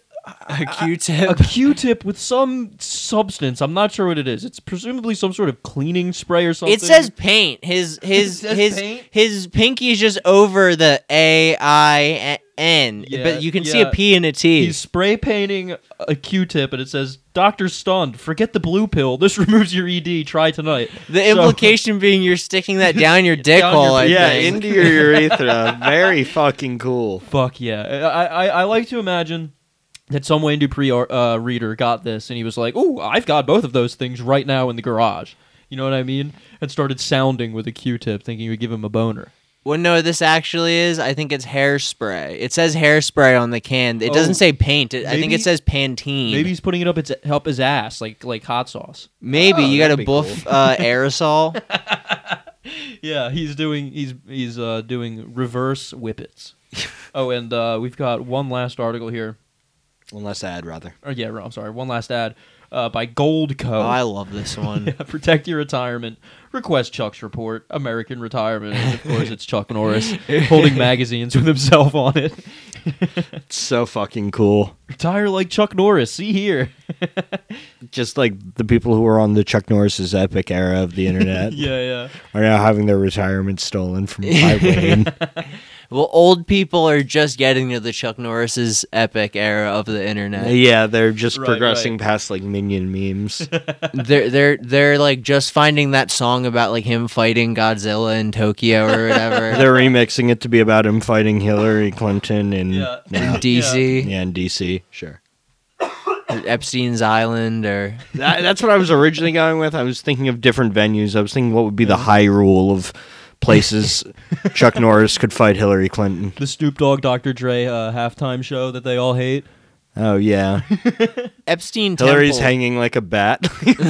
B: *laughs* *laughs* a
A: Q-tip.
B: Q-tip with some substance. I'm not sure what it is. It's presumably some sort of cleaning spray or something.
A: It says paint. His his
B: says
A: his
B: paint?
A: his pinky is just over the A I N,
B: Yeah,
A: but you can see
B: yeah.
A: a P and a T.
B: He's spray painting a Q-tip, and it says, "Doctor stunned. Forget the blue pill. This *laughs* removes your ED. Try tonight."
A: the
B: So-
A: implication being you're sticking that down *laughs* your dick
B: Down your-
A: hole. I
C: Yeah,
A: think.
C: into your *laughs* urethra. Very fucking cool.
B: Fuck yeah! I I, I like to imagine that some Wayne Dupree or, uh, reader got this and he was like, "Ooh, I've got both of those things right now in the garage." You know what I mean? And started sounding with a Q-tip, thinking it would give him a boner.
A: Well, no, this actually is. I think it's hairspray. It says hairspray on the can. It doesn't
B: Oh.
A: say paint. It, I think
B: Maybe-
A: it says Pantene.
B: Maybe he's putting it up its up his ass, like like hot sauce.
A: Maybe
C: Oh,
A: you got
C: that'd
A: a
C: be
A: buff *laughs* uh, aerosol.
B: Yeah, he's doing he's he's uh,
A: *laughs*
B: doing reverse whippets. oh, and uh, we've got one last article here.
C: One less ad, rather.
B: Or yeah, I'm sorry. One last ad uh, by Gold Co.
A: Oh, I love this one.
B: *laughs* Yeah, protect your retirement. Request Chuck's report. American retirement.
A: *laughs*
B: And of course, it's Chuck Norris holding magazines with himself on it. *laughs*
C: It's so fucking cool.
B: Retire like Chuck Norris.
A: *laughs*
B: See here.
C: Just like the people who were on the Chuck Norris's epic era of the *laughs* internet
B: yeah, yeah.
C: are now having their retirement stolen from *laughs* by Wayne.
A: Well, old people are just getting to the Chuck Norris's epic era of the internet.
C: yeah, they're just
B: Right,
C: progressing
B: right.
C: past like minion memes.
A: They're they're they're like just finding that song about like him fighting Godzilla in Tokyo or whatever
C: *laughs*
A: *laughs*
C: they're remixing it to be about him fighting Hillary Clinton and
B: Yeah.
A: in
C: now-
A: DC,
C: yeah, in DC. Sure.
A: Epstein's Island, or
C: That, that's what I was originally going with. I was thinking of different venues. I was thinking what would be the high rule of *laughs* places Chuck Norris could fight Hillary Clinton.
B: The Snoop Dogg Dr. Dre uh, halftime show that they all hate.
C: Oh
B: *laughs*
C: yeah,
A: Epstein.
C: Hillary's
A: Temple.
C: hanging like a bat. *laughs*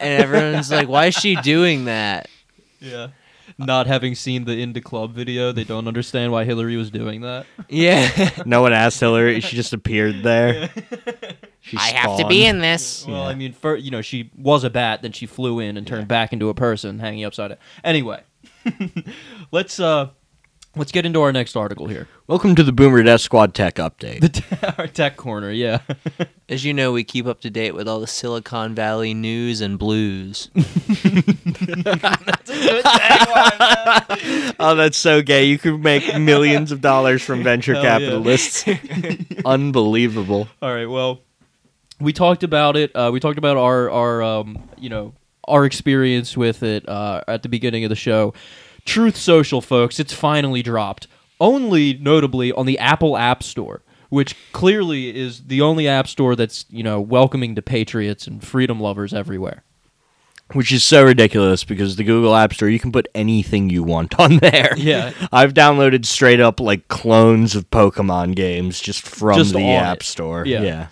A: and everyone's like, "Why is she doing that?"
B: Yeah. Not having seen the In the Club video, they don't understand why Hillary was doing that.
A: *laughs* Yeah,
C: no one asked Hillary. She just appeared there. *laughs* She spawned.
A: this.
B: Well, I mean, fir- you know, she was a bat, then she flew in and turned back into a person hanging upside down. Anyway, *laughs* let's uh, let's get into our next article here. *laughs*
C: Welcome to the Boomer Death Squad Tech Update.
B: The t- our tech corner, yeah.
A: As you know, we keep up to date with all the Silicon Valley news and blues.
C: Oh, that's so gay. You could make millions of
B: *laughs*
C: dollars from venture
B: Hell yeah. *laughs*
C: capitalists. Unbelievable.
B: All right. Well, we talked about it. Uh, we talked about our our um, you know our experience with it uh, at the beginning of the show. Truth Social, folks, it's finally dropped. Only notably on the Apple App Store, which clearly is the only app store that's you know welcoming to patriots and freedom lovers everywhere.
C: Which is so ridiculous because the Google App Store, you can put anything you want on there.
B: Yeah.
C: I've downloaded straight up like clones of Pokemon games just from
B: Just
C: the
B: on
C: App
B: it.
C: Store.
B: Yeah.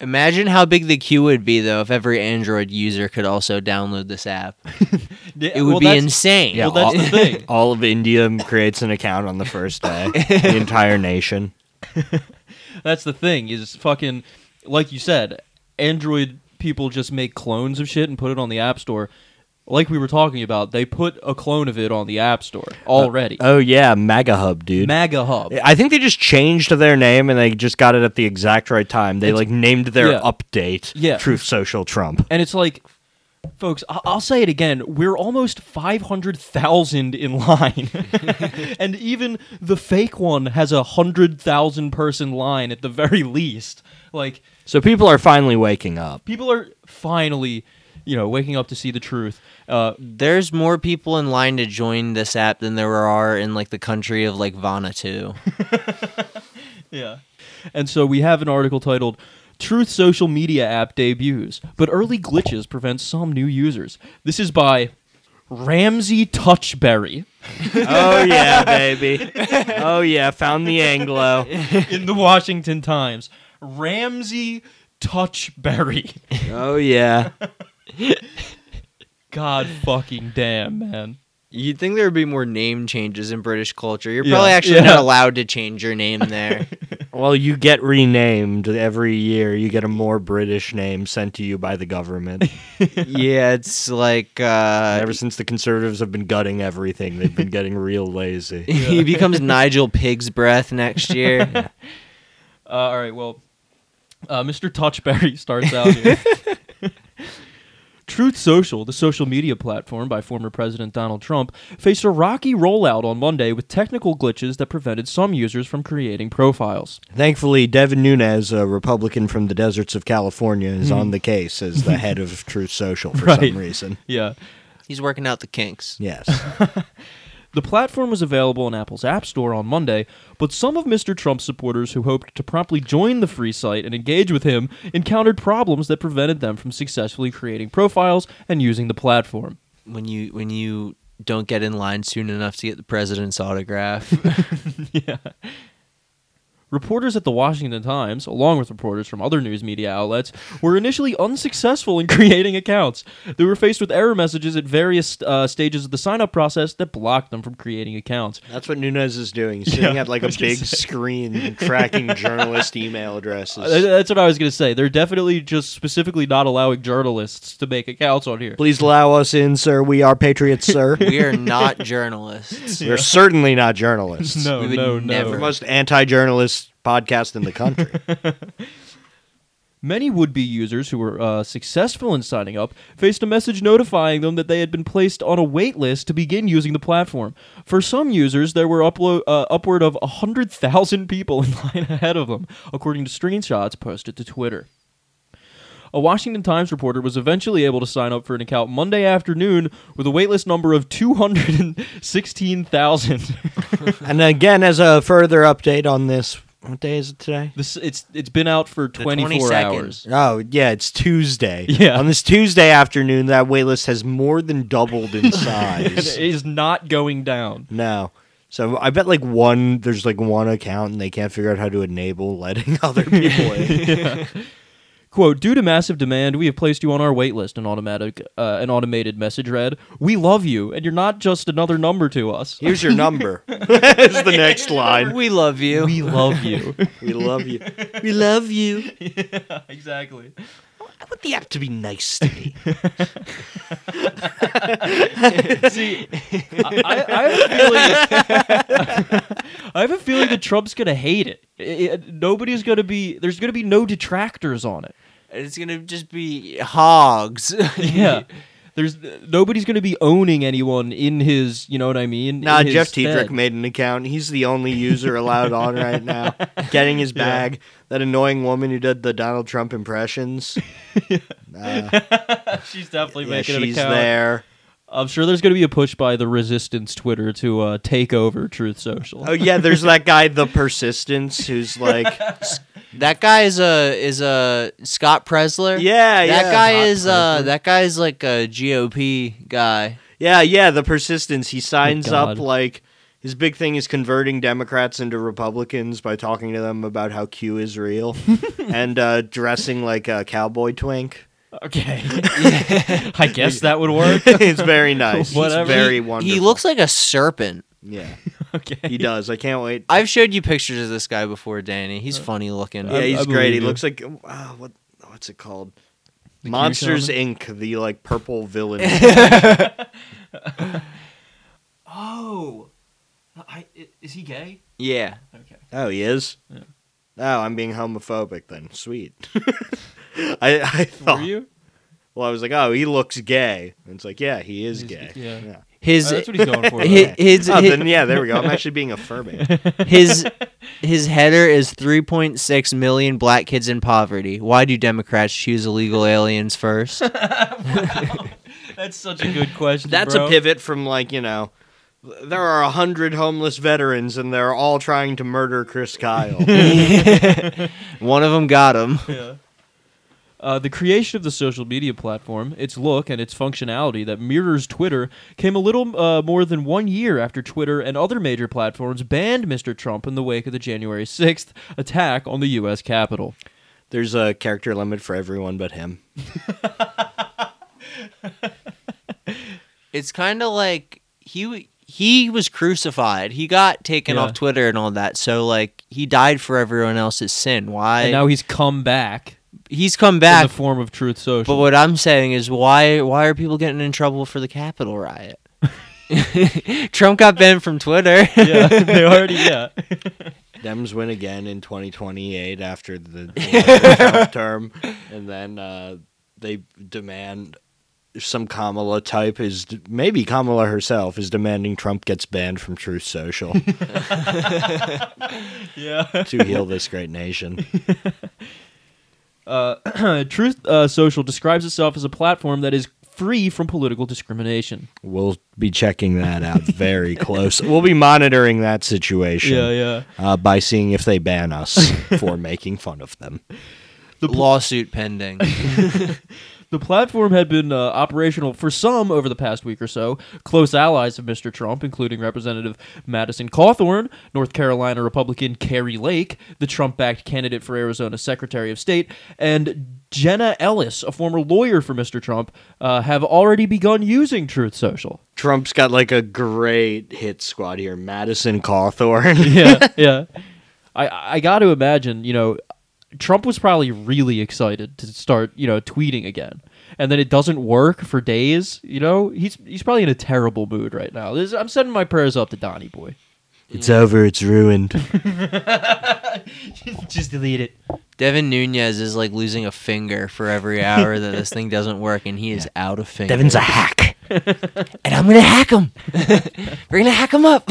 A: Imagine how big the queue would be, though, if every Android user could also download this app. It would be insane.
C: Yeah,
B: Well, that's the thing.
C: All of India creates an account on the first *laughs* day. the entire nation.
B: That's the thing is fucking like you said, Android people just make clones of shit and put it on the App Store. Like we were talking about, they put a clone of it on the App Store already.
C: Oh yeah, MAGA Hub, dude.
B: MAGA Hub.
C: I think they just changed their name and they just got it at the exact right time. They like named their
B: yeah.
C: update
B: Yeah.
C: Truth Social Trump.
B: And it's like folks, I- I'll say it again, we're almost 500,000 in line. *laughs* and even the fake one has a 100,000 person line at the very least. Like
C: So people are finally waking up.
B: people are finally, you know, waking up to see the truth. Uh
A: There's more people in line to join this app than there are in like the country of like Vanuatu.
B: Yeah. And so we have an article titled Truth Social Media App Debuts, but Early Glitches Prevent Some New Users. This is by Ramsey Touchberry
C: *laughs* Oh yeah, baby. Oh yeah, found the Anglo.
B: *laughs* in the Washington Times. Ramsey Touchberry. *laughs*
C: Oh yeah.
B: God fucking damn, man.
A: You'd think there would be more name changes in British culture. You're
B: Yeah.
A: probably actually
B: Yeah.
A: not allowed to change your name there.
C: Well, you get renamed every year. You get a more British name sent to you by the *laughs* government.
A: *laughs* yeah, it's like uh,
C: Ever since the conservatives have been gutting everything, they've been getting real
A: *laughs*
C: lazy.
A: he becomes Nigel Pig's Breath next year.
B: Uh, all right, well, uh, Mr. Touchberry *laughs* starts out here. Truth Social, the social media platform by former President Donald Trump, faced a rocky rollout on Monday with technical glitches that prevented some users from creating profiles.
C: Thankfully, Devin Nunes, a Republican from the deserts of California, is on the case as the head of Truth Social for
B: Right.
C: some reason.
B: Yeah.
A: He's working out the kinks.
C: Yes.
B: The platform was available in Apple's App Store on Monday, but some of Mr. Trump's supporters who hoped to promptly join the free site and engage with him encountered problems that prevented them from successfully creating profiles and using the platform.
A: When you when you don't get in line soon enough to get the president's autograph.
B: yeah. Reporters at the Washington Times, along with reporters from other news media outlets, were initially unsuccessful in *laughs* creating accounts. They were faced with error messages at various uh, stages of the sign up process that blocked them from creating accounts.
C: *laughs* That's what Nunez is doing. He's sitting
B: Yeah,
C: at like a
B: I was gonna
C: big
B: say.
C: screen tracking *laughs* journalist email
B: Uh,
C: addresses.
B: That's what I was going to say. They're definitely just specifically not allowing journalists to make accounts on here.
C: Please allow us in, sir. We are patriots, *laughs* sir.
A: *laughs* We are not
C: *laughs*
A: journalists.
C: We're certainly not journalists.
B: No,
A: We would
B: no, no.
C: We're
A: never.
C: the most anti-journalist podcast in the country.
B: Many would be users who were uh, successful in signing up faced a message notifying them that they had been placed on a wait list to begin using the platform. For some users, there were uplo- uh, upward of 100,000 people in *laughs* line ahead of them, according to screenshots posted to Twitter. A Washington Times reporter was eventually able to sign up for an account Monday afternoon with a waitlist number of 216,000.
C: *laughs* and again, as a further update on this, what day is it today?
B: *laughs* This it's it's been out for 24
A: 22nd.
B: hours.
C: Oh yeah, it's Tuesday.
B: Yeah.
C: On this Tuesday afternoon, that waitlist has more than doubled *laughs*
B: *laughs*
C: in
B: It
C: size.
B: is not going down.
C: no. So I bet like one there's like one account and they can't figure out how to enable letting *laughs* other people *laughs* in.
B: Quote, due to massive demand, we have placed you on our wait list, an automatic uh, an automated message read. We love you, and you're not just another number to us.
C: Here's your *laughs* number. Is the next line.
A: We love you.
B: We love you.
C: We love you. We love you.
B: *laughs* exactly.
C: I want the app to be nice to me.
B: See, I, I, I have a feeling *laughs* I have a feeling that Trump's gonna hate it. I- I- nobody's gonna be there's gonna be no detractors on it.
A: It's gonna just be hogs. *laughs*
B: Yeah. *laughs* There's nobody's going to be owning anyone in his, you know what I mean?
C: *laughs* Nah,
B: in his
C: Jeff Tiedrick
B: stead.
C: made an account. He's the only user allowed on right *laughs* now. Getting his bag. That annoying woman who did the Donald Trump impressions.
B: she's definitely
C: Yeah,
B: making an
C: she's
B: account.
C: there.
B: I'm sure there's going to be a push by the resistance Twitter to uh, take over Truth Social.
C: Oh yeah, there's that guy, the persistence, who's like,
A: that guy is a is a Scott Presler.
C: yeah,
A: That
C: yeah,
A: guy is uh that guy is like a GOP guy.
C: yeah, yeah, the persistence. He signs up
B: God.
C: like his big thing is converting Democrats into Republicans by talking to them about how Q is real and uh, dressing like a cowboy twink.
B: *laughs* Okay. *laughs* I guess that would work.
C: *laughs* it's very nice. It's
B: Whatever.
C: very
A: He-
C: wonderful.
A: He looks like a serpent.
C: yeah, he
B: *laughs* Okay.
C: does. I can't wait.
A: I've showed you pictures of this guy before, Danny. He's funny looking.
C: Yeah,
B: I-
C: he's
B: I
C: great. He
B: believe you.
C: looks like uh, what? What's it called?
B: The Q
C: Monsters
B: Shaman?
C: Inc. The like purple villain.
B: *laughs* Oh. I, is he gay?
A: yeah.
B: Okay.
C: Oh, he is.
B: Yeah.
C: Oh, I'm being homophobic then.
B: *laughs*
C: Sweet. I, I
B: Were
C: thought.
B: you?
C: Well, I was like, oh, he looks gay. And it's like, yeah, he is
B: He's
C: gay.
B: g- yeah.
A: His
B: Oh, that's what he's going
C: *laughs*
B: for.
A: his
C: okay.
A: his,
C: Oh,
A: his,
C: then yeah, there we go. I'm actually being affirming.
B: *laughs*
A: his his header is 3.6 million black kids in poverty. Why do Democrats choose illegal aliens *laughs* first?
B: That's such a good question.
C: That's a pivot from like you know, there are a hundred homeless veterans and they're all trying to murder Chris Kyle.
B: *laughs*
A: One of them got him.
B: Yeah. Uh, the creation of the social media platform, its look, and its functionality that mirrors Twitter came a little uh, more than one year after Twitter and other major platforms banned Mr. Trump in the wake of the January 6th attack on the U.S. Capitol.
C: There's a character limit for everyone but him.
A: It's kind of like he w- he was crucified. He got taken
B: Yeah.
A: off Twitter and all that. So like he died for everyone else's sin. Why?
B: And now he's come back
A: he's come
B: in
A: back.
B: the form of Truth Social.
A: But what I'm saying is, why why are people getting in trouble for the Capitol
B: *laughs*
A: riot? *laughs* Trump got banned from Twitter.
B: *laughs* *laughs* yeah, they already, yeah.
C: Dems win again in 2028 after the the
B: *laughs*
C: Trump term, and then uh, they demand some Kamala type is maybe Kamala herself is demanding Trump gets banned from Truth Social
B: yeah.
C: to heal this great nation.
B: Uh, *clears throat* Truth uh, Social describes itself as a platform that is free from political discrimination.
C: We'll be checking that out very close. We'll be monitoring that situation
B: Yeah, yeah.
C: Uh, by seeing if they ban us for making fun of them.
B: *laughs*
A: Lawsuit pending.
B: The platform had been uh, operational for some over the past week or so. Close allies of Mr. Trump, including Representative Madison Cawthorn, North Carolina Republican Carrie Lake, the Trump backed candidate for Arizona Secretary of State, and Jenna Ellis, a former lawyer for Mr. Trump, uh, have already begun using Truth Social.
C: Trump's got like a great hit squad here. Madison Cawthorn.
B: *laughs* yeah, yeah. I I got to imagine, you know, Trump was probably really excited to start, you know, tweeting again, and then it doesn't work for days. You know, he's he's probably in a terrible mood right now. This, I'm sending my prayers up to Donnie boy.
C: it's over. It's ruined.
B: *laughs* Just delete it.
A: Devin Nunez is like losing a finger for every hour that this thing doesn't work, *laughs* and he is out of fingers.
D: Devin's a
C: *laughs*
D: hack. and I'm going to hack him. We're going to hack him up.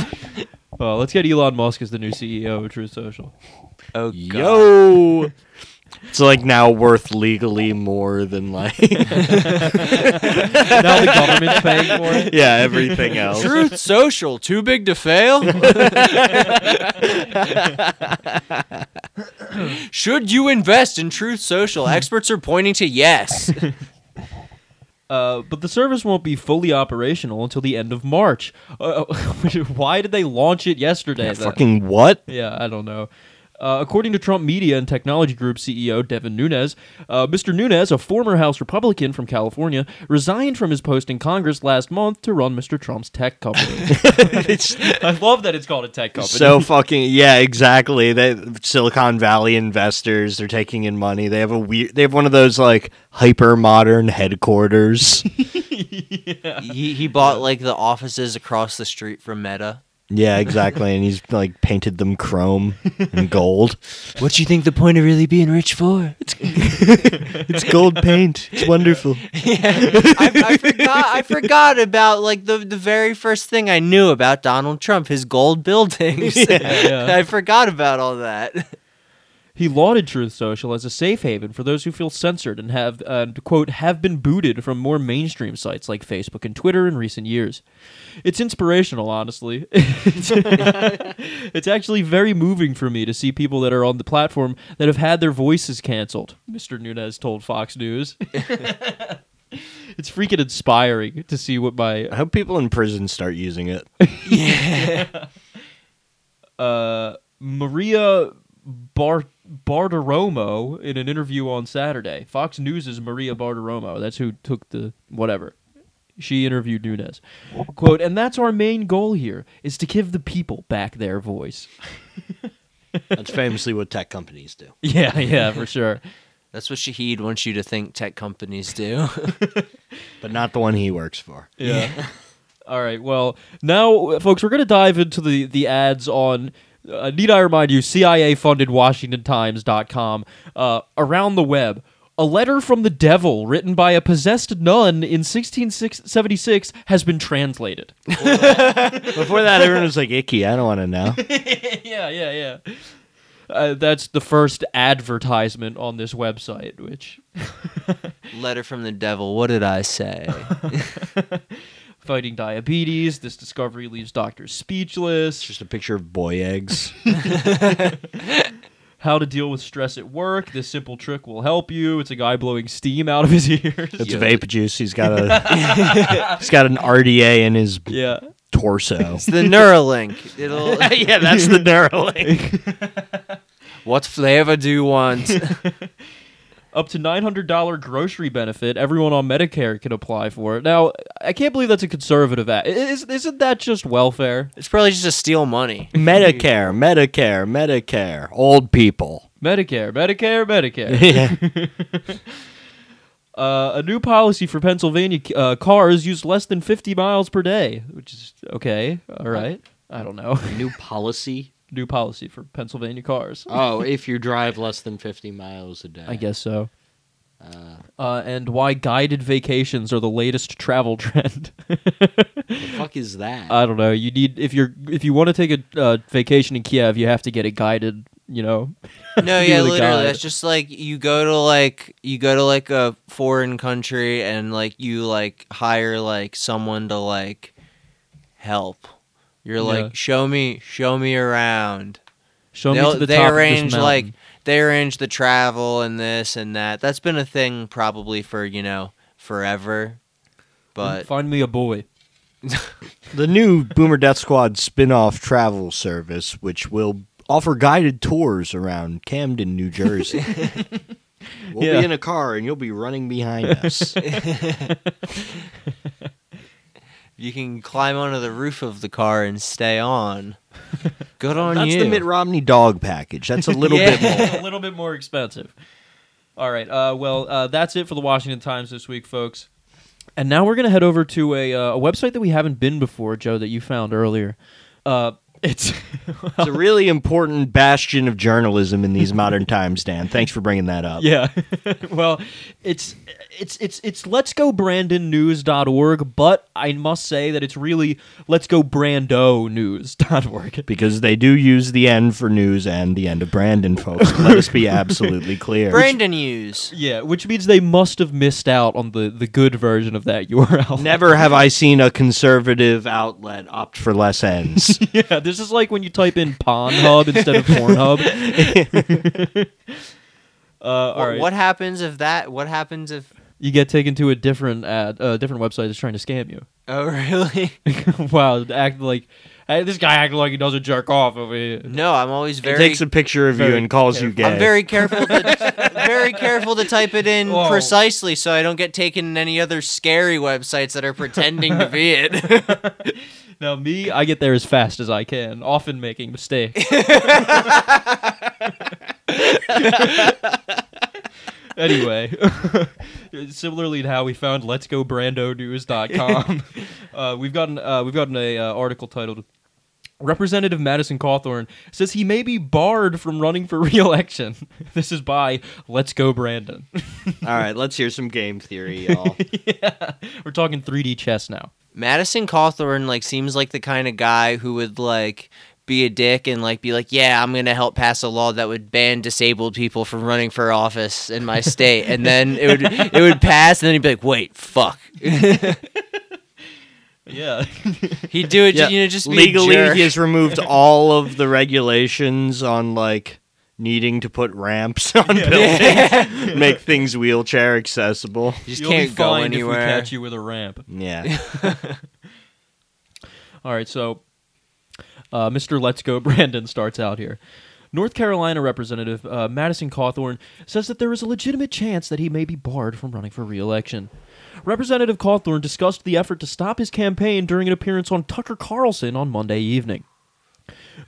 B: Well, let's get Elon Musk as the new CEO of Truth Social.
A: *laughs* oh god.
C: Yo. It's like now worth legally more than like *laughs*
B: now the *laughs* government's paying for it.
C: yeah everything else.
A: Truth Social, too big to fail. *laughs* Should you invest in Truth Social? Experts are pointing to yes.
B: Uh, but the service won't be fully operational until the end of March. Uh, *laughs* why did they launch it yesterday? then?
C: Fucking what?
B: Yeah, I don't know. Uh, according to Trump Media and Technology Group CEO Devin Nunes, uh, Mr. Nunes, a former House Republican from California, resigned from his post in Congress last month to run Mr. Trump's tech company. I love that *laughs* it's called a tech company.
C: *laughs* So fucking yeah, exactly. They Silicon Valley investors, they're taking in money. They have a weird they have one of those like hyper modern *laughs*
A: *laughs*
C: headquarters.
A: he, he bought like the offices across the street from Meta.
C: yeah, exactly. And he's like painted them chrome and gold.
A: What do you think the point of really being rich for?
C: It's gold paint. It's wonderful.
A: I, *laughs* I forgot. I forgot about like the the very first thing I knew about Donald Trump, his gold *laughs* buildings.
B: Yeah.
A: I forgot about all that.
B: He lauded Truth Social as a safe haven for those who feel censored and have, uh, quote, have been booted from more mainstream sites like Facebook and Twitter in recent years. It's inspirational, honestly. *laughs* it's actually very moving for me to see people that are on the platform that have had their voices canceled, Mr. Nunes told Fox News. *laughs* it's freaking inspiring to see what my
C: I hope people in prison start using it.
B: uh, Maria Bar- Bartiromo in an interview on Saturday. Fox News is Maria Bartiromo. That's who took the whatever. She interviewed Nunes. Quote, and that's our main goal here is to give the people back their voice. *laughs*
C: That's famously what tech companies do.
B: Yeah, yeah, for sure.
A: That's what Shahid wants you to think tech companies *laughs* do.
C: But not the one he works for.
B: Yeah. *laughs* All right. Well, now, folks, we're going to dive into the, the ads on, uh, need I remind you, CIA funded WashingtonTimes.com uh, around the web. A letter from the devil written by a possessed nun in 1676 has been translated.
C: Before that, everyone was like, icky, I don't want to *laughs* know.
B: *laughs* yeah, yeah, yeah. Uh, that's the first advertisement on this website, which
A: Letter from the devil. What did I say?
B: fighting diabetes, this discovery leaves doctors speechless.
C: Just a picture of boy eggs.
B: how to deal with stress at work. This simple trick will help you. It's a guy blowing steam out of his *laughs* ears.
C: It's vape juice. He's got a *laughs* he's got an RDA in his
B: yeah.
C: torso.
A: It's the Neuralink. It'll.
C: *laughs* yeah, that's the Neuralink.
A: *laughs* what flavor do you want?
B: Up to $900 grocery benefit. Everyone on Medicare can apply for it. Now, I can't believe that's a conservative act. Is, isn't that just welfare?
A: *laughs* It's probably just to steal money.
C: *laughs* Medicare, Medicare, Medicare. Old people. *laughs*
B: Medicare, Medicare, Medicare. uh, a new policy for Pennsylvania uh, cars use less than 50 miles per day, which is okay. All right. I don't know. *laughs*
D: New policy.
B: new policy for Pennsylvania cars.
D: Oh, if you drive less than 50 miles a day.
B: I guess so. Uh, and why guided vacations are the latest travel *laughs* trend?
D: The fuck is that?
B: I don't know. You need if you're if you want to take a uh, vacation in Kiev, you have to get a guided. You know.
A: *laughs*
B: *laughs*
A: No,
B: Be
A: yeah,
B: the
A: literally.
B: guide.
A: That's just like you go to like you go to like a foreign country and like you like hire like someone to like help. You're
B: Yeah.
A: like, show me, show me around.
B: Show me
A: They'll-
B: to the
A: they
B: top of this
A: arrange
B: mountain." Mm,
A: like they arrange the travel and this and that. That's been a thing probably for you know forever. But
B: Find me
A: *laughs*
B: a boy.
C: The new Boomer Death Squad spin-off travel service, which will offer guided tours around Camden, New Jersey. we'll
B: Yeah.
C: be in a car and you'll be running behind us.
A: you can climb onto the roof of the car and stay
B: *laughs*
A: on. Good on
C: That's
A: you.
C: the Mitt Romney dog package. That's a little
A: Yeah.
C: bit more.
B: *laughs* a little bit more expensive. All right. Uh, well, uh, that's it for the Washington Times this week, folks. And now we're gonna head over to a, uh, a website that we haven't been before, Joe, that you found earlier. Uh, it's *laughs*
C: It's a really important bastion of journalism in these modern times, Dan. Thanks for bringing that
B: *laughs*
C: up.
B: yeah. well, it's it's it's it's let's go brandonnews.org, but I must say that it's really let's go *laughs* brandonews.org.
C: Because they do use the end for news and the end of Brandon, folks. Let us be absolutely clear.
A: Brandon Hughes.
B: Yeah, which means they must have missed out on the the good version of that *laughs* URL.
C: Never have I seen a conservative outlet opt for less ends.
B: Yeah, this is like when you type in Pornhub instead of Pornhub. *laughs* uh, all
A: What,
B: right.
A: what happens if that? What happens if?
B: You get taken to a different ad, a different website that's trying to scam you. *laughs*
A: Oh *laughs* really?
B: wow, act like hey, this guy acting like he doesn't jerk off over here.
A: No, I'm always
C: It
A: very.
C: takes a picture of you
B: very
C: and calls you gay.
A: I'm
C: *laughs*
A: very careful to very careful to type it in
B: Whoa.
A: precisely so I don't get taken in any other scary websites that are pretending to be it. *laughs*
B: Now me, I get there as fast as I can, often
A: *laughs*
B: making mistakes. anyway, *laughs* similarly to how we found Let's Go
A: *laughs*
B: Brandonews.com, uh, we've gotten uh, we've gotten a uh, article titled. Representative Madison Cawthorn says he may be barred from running for *laughs* re-election. This is by Let's Go Brandon. *laughs*
C: All right, let's hear some game *laughs* theory, y'all.
B: We're talking 3D chess now.
A: Madison Cawthorn like seems like the kind of guy who would like be a dick and like be like, yeah, I'm gonna help pass a law that would ban disabled people from running for office in my state, and then it would it would pass, and then he'd be like, wait, fuck, *laughs*
B: *laughs* Yeah.
A: he'd do it,
C: Yeah,
A: you know, just be a
C: legally
A: jerk.
C: he has *laughs* removed all of the regulations on like needing to put ramps *laughs* on *laughs* buildings make things wheelchair accessible
A: You just
B: You'll
A: can't
B: be
A: go
B: fined if we
A: anywhere.
B: catch you with a ramp.
C: *laughs* yeah
B: All right, so uh, Mr. Let's Go *laughs* Brandon starts out here. North Carolina Representative uh, Madison Cawthorn says that there is a legitimate chance that he may be barred from running for re-election. Representative Cawthorn discussed the effort to stop his campaign during an appearance on Tucker Carlson on Monday evening.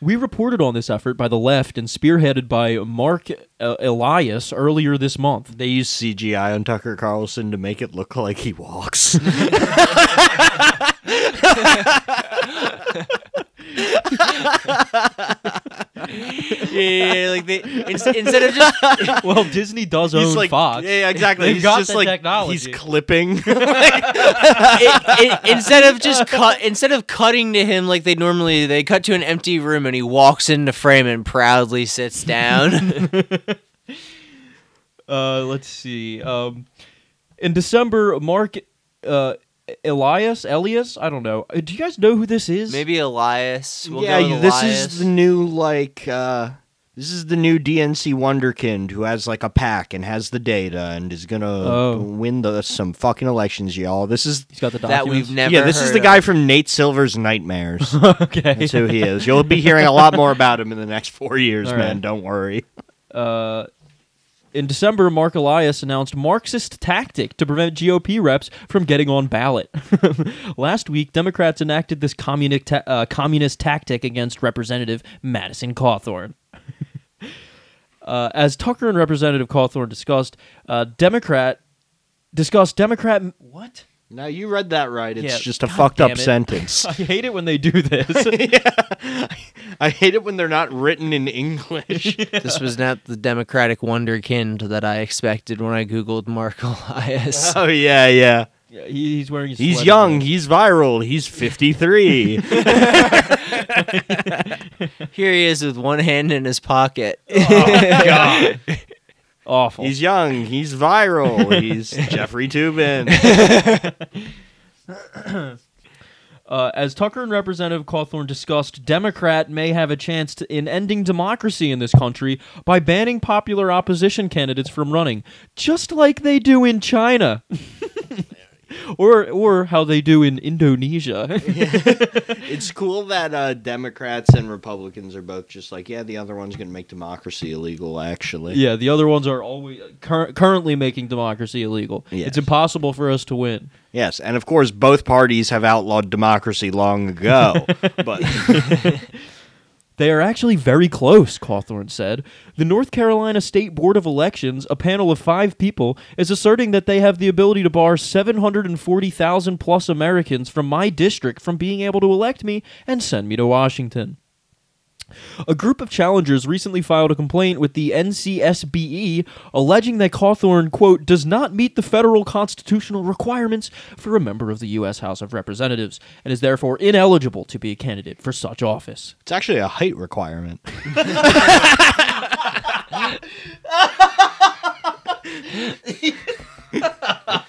B: We reported on this effort by the left and spearheaded by Mark uh, Elias earlier this month.
C: *laughs* they use cgi on tucker carlson to make it look like he walks
A: yeah, like they ins- instead of just
B: well, Disney does own
C: *laughs* he's like
B: Fox.
C: yeah exactly
B: They've
C: he's
B: got
C: just
B: the
C: like
B: technology.
C: he's *laughs* clipping
A: it, it, instead of just cut instead of cutting to him like they normally they cut to an empty room and he walks into frame and proudly sits down
B: Uh, let's see. Um, in December, Mark uh, Elias, Elias, I don't know. Uh, Do you guys know who this is?
A: maybe elias we'll
C: yeah
A: go with
C: this
A: elias.
C: is the new like uh this is the new DNC Wonderkind who has like a pack and has the data and is gonna
B: Oh.
C: win the, some fucking elections, y'all. This is
B: He's got the
A: that we've
B: documents.
A: never
C: yeah, this is
A: heard
C: the
A: of. *laughs*
C: guy from Nate Silver's
B: *laughs*
C: Nightmares.
B: okay.
C: That's who he is. You'll be hearing a lot more about him in the next four years,
B: All
C: man.
B: right.
C: Don't worry.
B: Uh, in December, Mark Elias announced Marxist tactic to prevent GOP reps from getting on ballot. *laughs* Last week, Democrats enacted this communist, ta- uh, communist tactic against Representative Madison Cawthorn. *laughs* uh, as Tucker and Representative Cawthorn discussed, uh, Democrat discussed Democrat. What?
C: No, you read that right. It's
B: Yeah,
C: just a
B: God
C: fucked
B: damn
C: up
B: it. *laughs*
C: sentence.
B: I hate it when they do
C: *laughs*
B: this.
C: I hate it when they're not written
B: *laughs*
C: in English.
A: this was not the democratic wonderkind that i expected when i googled mark elias
C: oh yeah, yeah.
B: Yeah, he- he's wearing. His
C: He's
B: sweater.
C: young. He's viral. He's
B: *laughs*
C: fifty three.
A: here he is with one hand in his pocket
B: Oh,
C: *laughs*
B: Awful.
C: he's young. He's *laughs* viral. He's Jeffrey Tubin.
B: Uh, as Tucker and Representative Cawthorn discussed, Democrat may have a chance to, in ending democracy in this country by banning popular opposition candidates from running, just like they do in
C: *laughs*
B: China. Or, or how they do in
C: *laughs*
B: Indonesia.
C: It's cool that uh, Democrats and Republicans are both just like, yeah, the other one's going to make democracy illegal, actually.
B: yeah, the other ones are always cur- currently making democracy illegal.
C: Yes.
B: It's impossible for us to win.
C: Yes, and of course, both parties have outlawed democracy long *laughs* ago. but
B: They are actually very close, Cawthorn said. The North Carolina State Board of Elections, a panel of five people, is asserting that they have the ability to bar 740,000 plus Americans from my district from being able to elect me and send me to Washington. A group of challengers recently filed a complaint with the NCSBE E, alleging that Cawthorn, quote, does not meet the federal constitutional requirements for a member of the U.S. House of Representatives and is therefore ineligible to be a candidate for such office.
C: it's actually a height requirement.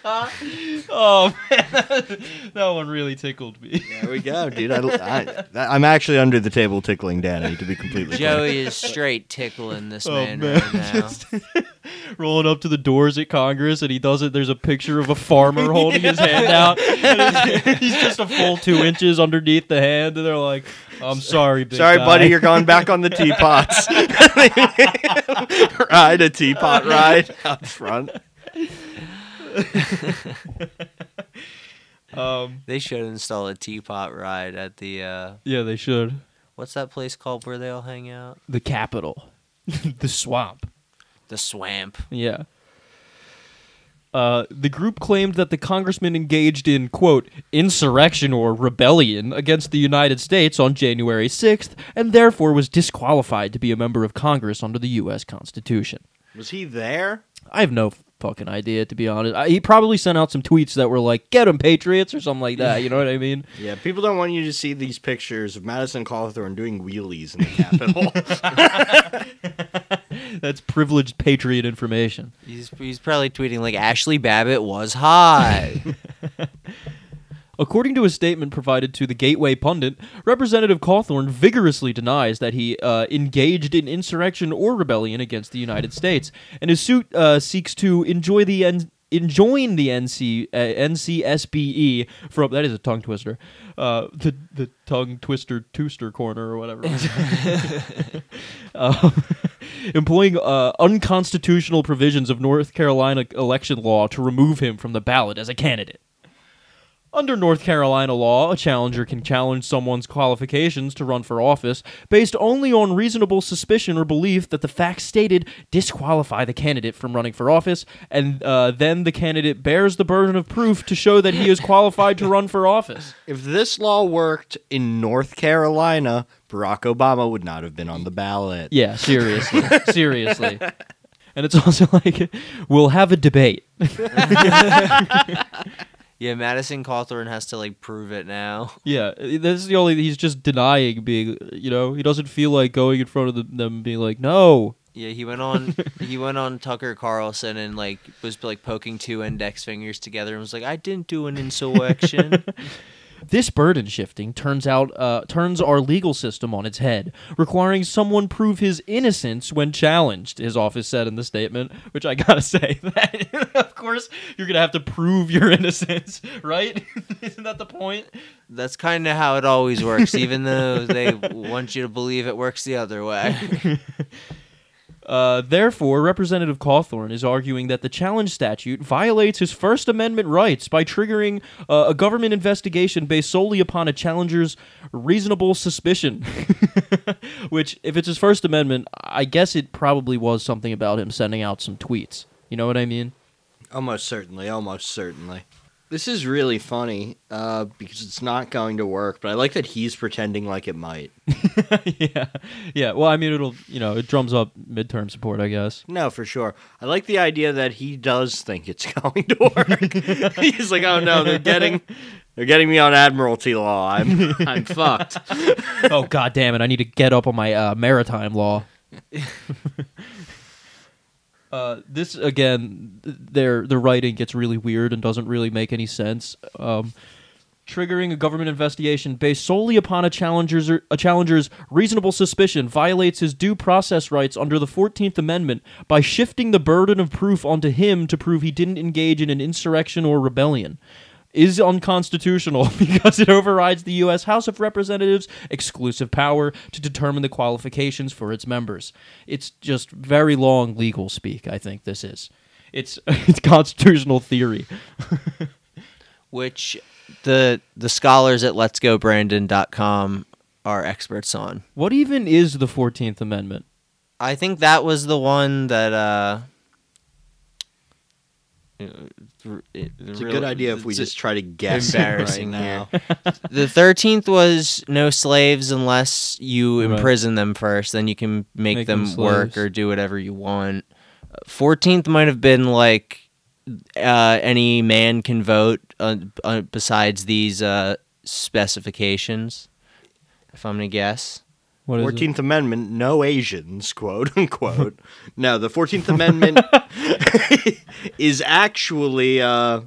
B: Oh man, *laughs* that one really tickled me.
C: There we go, dude. I, I, that- I'm actually under the table tickling Danny, to be completely clear.
A: Joey is straight tickling this man,
B: man,
A: right now.
B: *laughs* Rolling up to the doors at Congress, and he does it. There's a picture of a *laughs* farmer holding his hand out. *laughs* And he's just a full two inches underneath the hand, and they're like, "I'm sorry, big
C: Sorry,
B: guy."
C: buddy, you're going back on the *laughs* teapots. ride a teapot ride out front.
B: Um,
A: They should install a teapot ride at the uh,
B: yeah, they should.
A: what's that place called where they all hang out?
B: The capital, *laughs* the swamp.
A: The swamp.
B: Yeah. Uh, the group claimed that the congressman engaged in, quote, insurrection or rebellion against the United States on January 6th and therefore was disqualified to be a member of Congress under the U.S. Constitution.
C: Was he there?
B: I have no fucking idea, to be honest. I, he probably sent out some tweets that were like, get him, Patriots, or something like that. You know what I mean?
C: Yeah, people don't want you to see these pictures of Madison Cawthorn doing wheelies in the Capitol.
B: That's privileged Patriot information.
A: He's he's probably tweeting like Ashley Babbitt was *laughs* high.
B: According to a statement provided to the Gateway Pundit, Representative Cawthorn vigorously denies that he uh, engaged in insurrection or rebellion against the United States, and his suit uh, seeks to enjoy the N- enjoin the NC uh, NCSBE E from that is a tongue twister, uh, the the tongue twister tooster corner or whatever. *laughs* Uh, employing uh, unconstitutional provisions of North Carolina election law to remove him from the ballot as a candidate. Under North Carolina law, a challenger can challenge someone's qualifications to run for office based only on reasonable suspicion or belief that the facts stated disqualify the candidate from running for office, and uh, then the candidate bears the burden of proof to show that he is qualified to run for office.
C: if this law worked in North Carolina, Barack Obama would not have been on the ballot.
B: Yeah, seriously. *laughs* seriously. And it's also like, we'll have a debate. *laughs*
A: yeah, Madison Cawthorn has to like prove it now.
B: Yeah, this is the only he's just denying being. You know, he doesn't feel like going in front of them, them and being like, "No,
A: Yeah, he went *laughs* on he went on Tucker Carlson and like was like poking two index fingers together and was like, I didn't do an *laughs* insurrection.
B: This burden shifting turns out uh, turns our legal system on its head, requiring someone prove his innocence when challenged. His office said in the statement, which I gotta *laughs* say that *laughs* of course you're gonna have to prove your *laughs* innocence, right? *laughs* Isn't that the point?
A: That's kind of how it always works, even though they want you to believe it works the other way.
B: Uh, therefore, Representative Cawthorn is arguing that the challenge statute violates his First Amendment rights by triggering uh, a government investigation based solely upon a challenger's reasonable suspicion. *laughs* Which, if it's his First Amendment, I guess it probably was something about him sending out some tweets. You know what I mean?
C: Almost certainly, almost certainly. This is really funny uh, because it's not going to work, but I like that he's pretending like it might.
B: *laughs* yeah, yeah. Well, I mean, it'll you know it drums up midterm support, I guess.
C: No, for sure. I like the idea that he does think it's *laughs* going to work. he's like, "Oh no, they're getting, they're getting me on admiralty law. I'm, I'm fucked."
B: oh god damn it i need to get up on my uh, maritime law *laughs* uh, this again th- their the writing gets really weird and doesn't really make any sense um, triggering a government investigation based solely upon a challenger's a challenger's reasonable suspicion violates his due process rights under the 14th amendment by shifting the burden of proof onto him to prove he didn't engage in an insurrection or rebellion is unconstitutional *laughs* because it overrides the U.S. House of Representatives' exclusive power to determine the qualifications for its members. It's just very long legal speak. I think this is. It's *laughs* it's constitutional theory.
A: which the the scholars at Let's Go letsgobrandon.com are experts on.
B: What even is the Fourteenth Amendment?
A: I think that was the one that uh
C: It's a good idea if we just try to guess. it
A: embarrassing
C: right
A: now.
C: here.
A: the thirteenth was no slaves unless you
B: Right.
A: imprison them first. Then you can make,
B: Make them
A: them, work
B: slaves.
A: or do whatever you want. Fourteenth might have been like uh, any man can vote uh, uh, besides these uh, specifications. If I'm gonna guess,
B: What is it?
C: Fourteenth Amendment, no Asians, quote *laughs* unquote. no, the Fourteenth Amendment *laughs* is actually uh,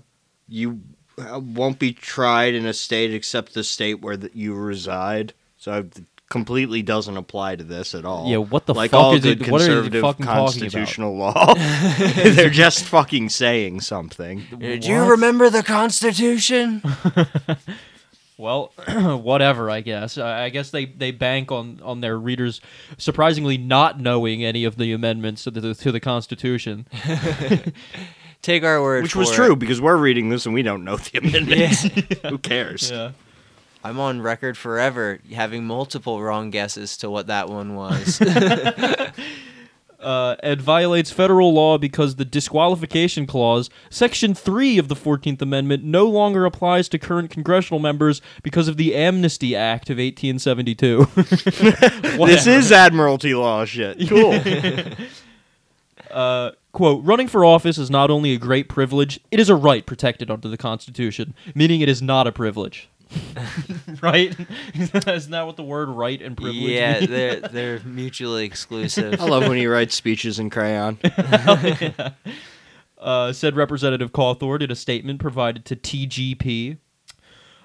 C: you uh, won't be tried in a state except the state where that you reside. So it completely doesn't apply to this at all.
B: Yeah, what the
C: like
B: fuck
C: all
B: is it-
C: good
B: what are you
C: conservative
B: fucking talking about?
C: constitutional *laughs* law? They're just fucking saying something.
A: do you remember the Constitution?
B: Well, *clears throat* whatever. I guess. I, I guess they, they bank on, on their readers surprisingly not knowing any of the amendments to the to the Constitution.
A: *laughs* Take our word,
C: Which was
A: for it.
C: true because we're reading this and we don't know *laughs* the amendments. Who cares?
B: Yeah.
A: I'm on record forever having multiple wrong guesses to what that one was.
B: uh, and violates federal law because the disqualification clause, section 3 of the 14th Amendment, no longer applies to current congressional members because of the Amnesty Act of *laughs* 1872.
C: This
B: Whatever.
C: is Admiralty law
B: *laughs*
C: shit. Cool.
B: Uh, quote, running for office is not only a great privilege, it is a right protected under the Constitution, meaning it is not a privilege. right? *laughs* Isn't that what the word right and privilege
A: yeah,
B: mean?
A: they're they're mutually *laughs* exclusive.
C: I love when he writes speeches in crayon.
B: Uh, said Representative Cawthorn in a statement provided to TGP.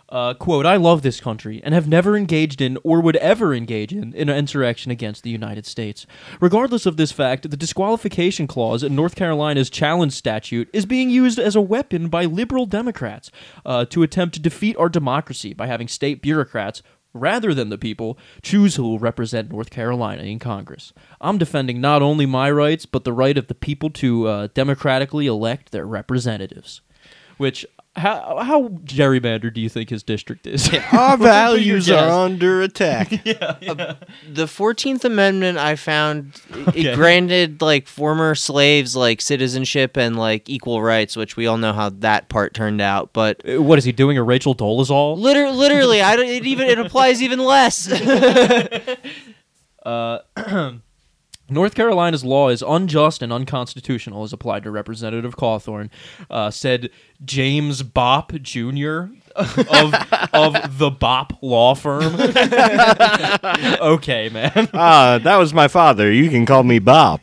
B: Uh, quote, I love this country and have never engaged in or would ever engage in an insurrection against the United States. Regardless of this fact, the disqualification clause in North Carolina's challenge statute is being used as a weapon by liberal Democrats uh, to attempt to defeat our democracy by having state bureaucrats, rather than the people, choose who will represent North Carolina in Congress. I'm defending not only my rights, but the right of the people to uh, democratically elect their representatives. Which, how, how gerrymandered do you think his district is?
C: *laughs*
B: *laughs*
C: Our values
B: Yes.
C: are
B: *laughs*
C: under attack.
A: the Fourteenth Amendment, I found it-
B: Okay.
A: it granted like former slaves like citizenship and like equal rights, which we all know how that part turned out. But
B: Uh, What is he doing? A Rachel Dolezal?
A: liter- literally, I don't, it even it applies even less. *laughs*
B: North Carolina's law is unjust and unconstitutional, as applied to Representative Cawthorn, uh, said James Bopp Jr. of of the Bopp Law Firm. *laughs* okay, man.
C: Ah, that was my father. You can call me *laughs* Bob.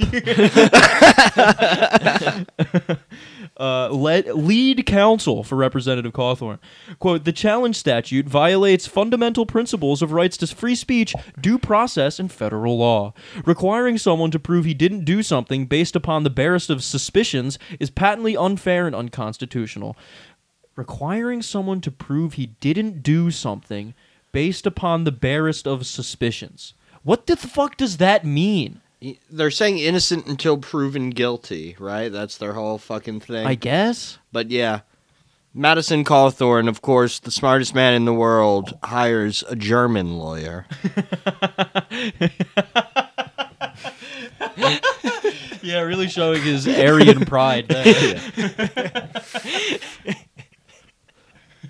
B: uh, led, lead counsel for Representative Cawthorn. Quote The challenge statute violates fundamental principles of rights to free speech, due process, and federal law. Requiring someone to prove he didn't do something based upon the barest of suspicions is patently unfair and unconstitutional. Requiring someone to prove he didn't do something based upon the barest of suspicions. What the fuck does that mean?
C: They're saying innocent until proven guilty, right? That's their whole fucking thing.
B: I guess.
C: But yeah. Madison Cawthorn, of course, the smartest man in the world, hires a German lawyer.
B: *laughs* Yeah, really showing his Aryan pride. there.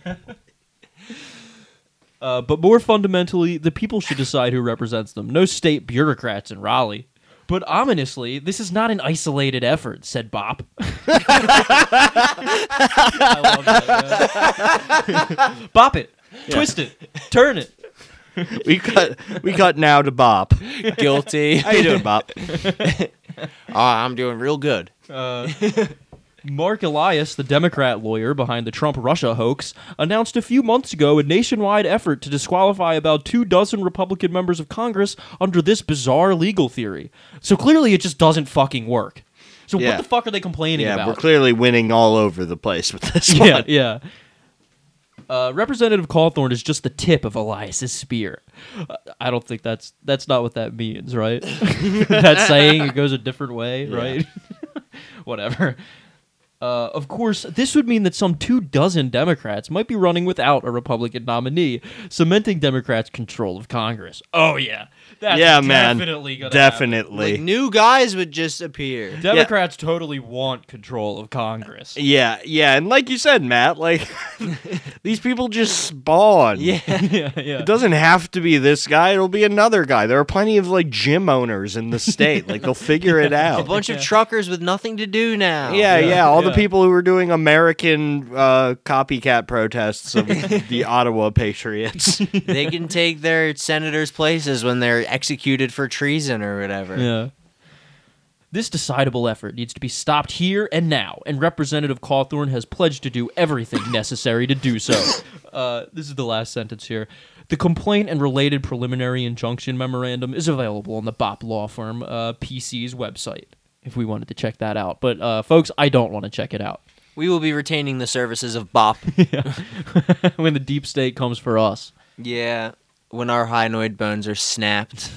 B: *laughs* Uh, but more fundamentally, the people should decide who represents them, no state bureaucrats in Raleigh. But ominously, this is not an isolated effort, said *laughs* Bop. I love that. man. Bop it, twist it, turn it.
C: We cut we cut now to Bob.
A: Guilty. *laughs* Uh,
C: *laughs* How you doing, Bob?
A: Ah, I'm doing real good.
B: Uh, Mark Elias, the Democrat lawyer behind the Trump Russia hoax, announced a few months ago a nationwide effort to disqualify about two dozen Republican members of Congress under this bizarre legal theory. So clearly, it just doesn't fucking work. So
C: Yeah.
B: what the fuck are they complaining
C: Yeah,
B: about?
C: we're clearly winning all over the place with *laughs* this
B: yeah,
C: one.
B: yeah. Uh, Representative Cawthorn is just the tip of Elias's spear. Uh, I don't think that's that's not what that means, right? *laughs* that saying it goes a different way, right? *laughs* Whatever. Uh, of course, this would mean that some two dozen Democrats might be running without a Republican nominee, cementing Democrats' control of Congress. Oh yeah, that's
C: yeah, man.
B: definitely gonna happen.
C: definitely.
A: Like new guys would just appear.
B: Democrats totally want control of Congress.
C: *laughs* yeah, yeah, and like you said, Matt, like *laughs* these people just spawn.
A: Yeah.
B: *laughs* yeah, yeah.
C: It doesn't have to be this guy, it'll be another guy. There are plenty of like gym
A: *laughs*
C: owners in the state. Like they'll figure it
A: A
C: out.
A: bunch of truckers with nothing to do now.
C: Yeah,
B: Yeah,
C: yeah, All
B: yeah.
C: the people who were doing American uh, copycat protests
A: *laughs*
C: of the Ottawa Patriots.
A: they can take their senators' places when they're executed for treason or whatever.
B: Yeah. This decidable effort needs to be stopped here and now, and Representative Cawthorn has pledged to do everything *laughs* necessary to do so. Uh, this is the last sentence here. The complaint and related preliminary injunction memorandum is available on the BOP Law Firm uh, PC's website if we wanted to check that out. But, uh, folks, I don't want to check it out
A: We will be retaining the services of BOP.
B: *laughs* when the deep state comes for us.
A: yeah. When our hyoid bones are snapped,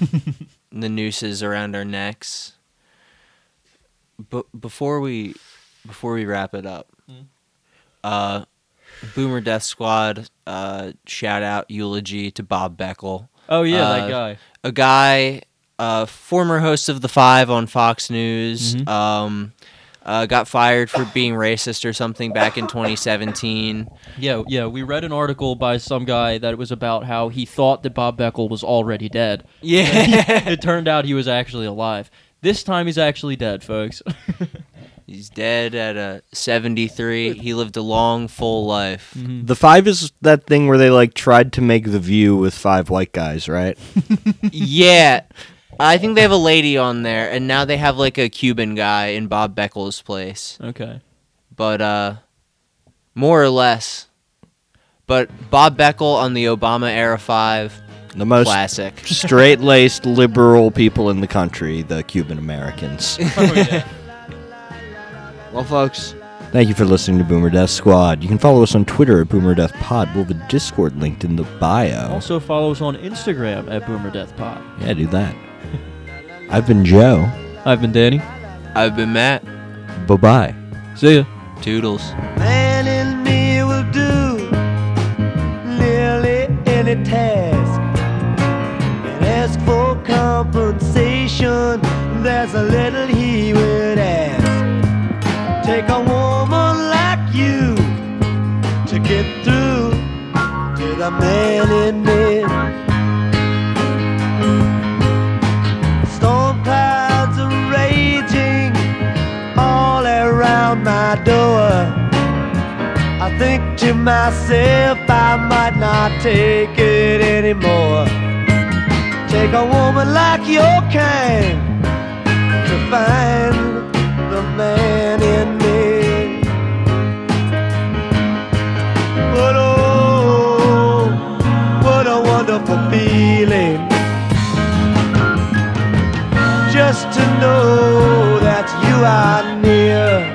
A: and the nooses around our necks. But before we, before we wrap it up, uh, Boomer Death Squad, uh, shout out eulogy to Bob Beckel.
B: Oh, yeah,
A: Uh,
B: that guy.
A: a guy, uh, former host of The Five on Fox News, um, uh, got fired for being racist or something back in 2017.
B: Yeah, yeah, we read an article by some guy that was about how he thought that Bob Beckel was already dead.
A: Yeah.
B: *laughs* it turned out he was actually alive. This time he's actually dead, folks. *laughs*
A: He's dead at uh, 73. He lived a long, full life.
B: Mm-hmm.
C: The five is that thing where they like tried to make the view with five white guys, right?
A: *laughs* yeah. I think they have a lady on there, and now they have like a Cuban guy in Bob Beckel's place.
B: okay.
A: But, uh, more or less. But Bob Beckel on the Obama era five,
C: The most
A: classic.
C: straight laced liberal people in the country, the Cuban Americans.
A: Well, folks,
C: Thank you for listening to Boomer Death Squad. You can follow us on Twitter at Boomer Death Pod. We'll have a Discord linked in the bio.
B: Also follow us on Instagram at Boomer Death Pod.
C: Yeah, do that. I've been Joe.
B: I've been Danny.
A: I've been Matt.
C: Bye bye.
B: See ya.
A: Toodles.
E: Man in me will do nearly any task. And ask for compensation, there's a little he would ask. Take a woman like you to get through to the man in me. Storm clouds are raging all around my door. I think to myself I might not take it anymore. Take a woman like your kind to find the man in me. But oh, what a wonderful feeling just to know that you are near.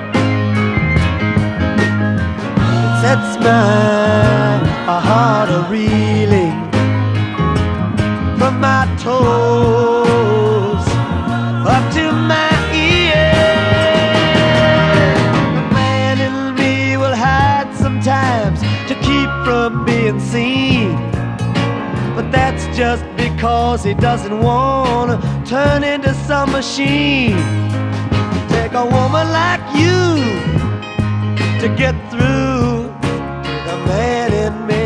E: sets my heart a reeling from my toes up to my ears. The man in me will hide sometimes to keep from being seen, but that's just because he doesn't wanna turn into some machine. Take a woman like you to get through to the man in me.